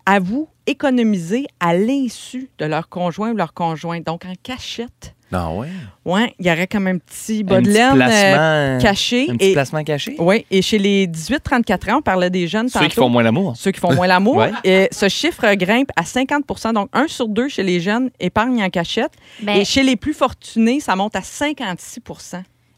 Speaker 1: avouent économiser à l'insu de leur conjoint ou leur conjoint, donc en cachette.
Speaker 10: Non, ouais.
Speaker 1: Ouais, il y aurait comme un petit bas
Speaker 10: Un
Speaker 1: de
Speaker 10: petit
Speaker 1: laine euh,
Speaker 10: placement,
Speaker 1: caché.
Speaker 10: un petit placement caché.
Speaker 1: Oui, et chez les 18-34 ans, on parlait des jeunes
Speaker 10: Ceux qui
Speaker 1: tantôt.
Speaker 10: font moins l'amour.
Speaker 1: Ceux qui font moins l'amour.
Speaker 10: Ouais.
Speaker 1: Et ce chiffre grimpe à 50 donc un sur deux chez les jeunes épargne en cachette.
Speaker 12: Ben-
Speaker 1: et chez les plus fortunés, ça monte à 56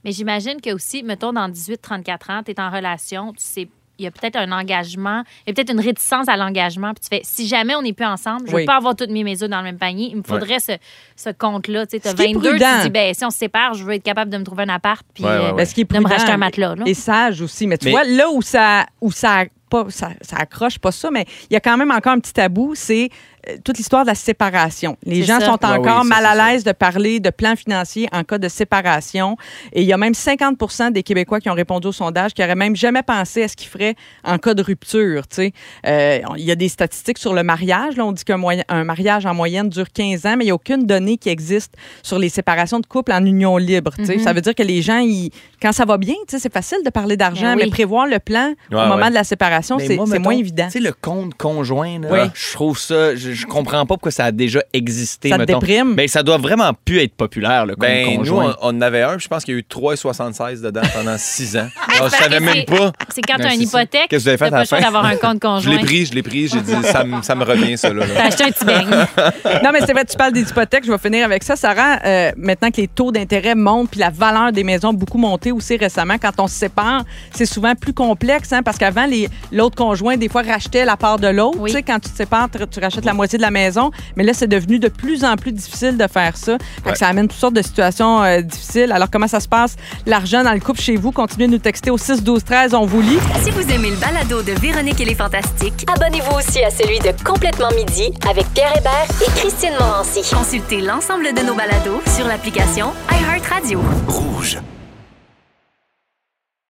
Speaker 12: Mais j'imagine que aussi, mettons, dans 18-34 ans, tu es en relation, tu sais, il y a peut-être un engagement, il y a peut-être une réticence à l'engagement, puis tu fais, si jamais on n'est plus ensemble, je ne
Speaker 1: Oui.
Speaker 12: veux pas avoir toutes mes mes œufs dans le même panier, il me faudrait
Speaker 1: Ouais.
Speaker 12: ce, ce compte-là. Tu sais, t'as
Speaker 1: Ce qui est
Speaker 12: 22, tu
Speaker 1: prudent.
Speaker 12: te dis, ben, si on se sépare, je veux être capable de me trouver un appart, puis euh,
Speaker 1: Mais Ben, ce qui est
Speaker 12: de me
Speaker 1: prudent
Speaker 12: racheter un matelas. là.
Speaker 1: Et sage aussi. Mais tu
Speaker 12: Mais-
Speaker 1: vois, là où ça, où ça, pas, ça, ça accroche pas ça, mais il y a quand même encore un petit tabou, c'est euh, toute l'histoire de la séparation. Les
Speaker 12: C'est
Speaker 1: gens
Speaker 12: ça.
Speaker 1: sont
Speaker 12: Ouais,
Speaker 1: encore
Speaker 12: Ah oui, ça,
Speaker 1: mal à l'aise de parler de plan financier en cas de séparation. Et il y a même 50 des Québécois qui ont répondu au sondage qui n'auraient même jamais pensé à ce qu'ils feraient en cas de rupture. tu sais. Euh, on- Il y a des statistiques sur le mariage. Là, on dit qu'un moyen- un mariage en moyenne dure 15 ans, mais il n'y a aucune donnée qui existe sur les séparations de couples en union libre. tu sais.
Speaker 12: Mhm.
Speaker 1: Ça veut dire que les gens, ils- quand ça va bien, tu sais, c'est facile de parler d'argent,
Speaker 12: Ben oui.
Speaker 1: mais prévoir le plan au
Speaker 10: Ouais,
Speaker 1: moment
Speaker 10: ouais.
Speaker 1: de la séparation,
Speaker 10: Mais
Speaker 1: c'est
Speaker 10: Ben moi,
Speaker 1: c'est
Speaker 10: mettons,
Speaker 1: moins évident.
Speaker 10: Tu sais, le compte conjoint, là,
Speaker 1: Oui.
Speaker 10: je trouve ça, je, je comprends pas pourquoi ça a déjà existé.
Speaker 1: Ça te
Speaker 10: mettons.
Speaker 1: déprime.
Speaker 10: Ben, ça doit vraiment plus être populaire, le compte
Speaker 13: Ben, nous,
Speaker 10: conjoint.
Speaker 13: on, on en avait un, puis je pense qu'il y a eu 3,76 dedans pendant 6 ans. Alors,
Speaker 12: Ben, parce
Speaker 13: je savais
Speaker 12: que
Speaker 13: même
Speaker 12: c'est-
Speaker 13: pas.
Speaker 12: c'est quand t'as
Speaker 13: Ben,
Speaker 12: une
Speaker 13: c'est ça.
Speaker 12: hypothèque,
Speaker 13: Qu'est-ce que vous avez
Speaker 12: t'as
Speaker 13: fait
Speaker 12: pas
Speaker 13: à
Speaker 12: le
Speaker 13: la
Speaker 12: choix
Speaker 13: fin?
Speaker 12: d'avoir un compte conjoint.
Speaker 13: Je l'ai pris, je l'ai pris, j'ai dit, ça, me- ça me revient, ça. Là, là.
Speaker 12: T'as acheté un petit beigne.
Speaker 1: non, mais c'est vrai, tu parles des hypothèques. Je vais finir avec ça. Sarah, euh, maintenant que les taux d'intérêt montent puis la valeur des maisons a beaucoup monté aussi récemment, quand on se sépare, c'est souvent plus complexe hein, parce qu'avant, les- l'autre conjoint, des fois, rachetait la part de l'autre. Tu sais, quand tu te sépares, tu tu rachètes la moitié de la maison. Mais là, c'est devenu de plus en plus difficile de faire ça. Fait que
Speaker 12: Ouais.
Speaker 1: ça amène toutes sortes de situations euh, difficiles. Alors, comment ça se passe, l'argent dans le couple chez vous? Continuez de nous texter au 6 12 13 On vous lit.
Speaker 7: Si vous aimez le balado de Véronique et les Fantastiques,
Speaker 8: Abonnez-vous aussi à celui de Complètement Midi avec Pierre Hébert et Christine Morancy.
Speaker 7: consultez l'ensemble de nos balados sur l'application iHeartRadio.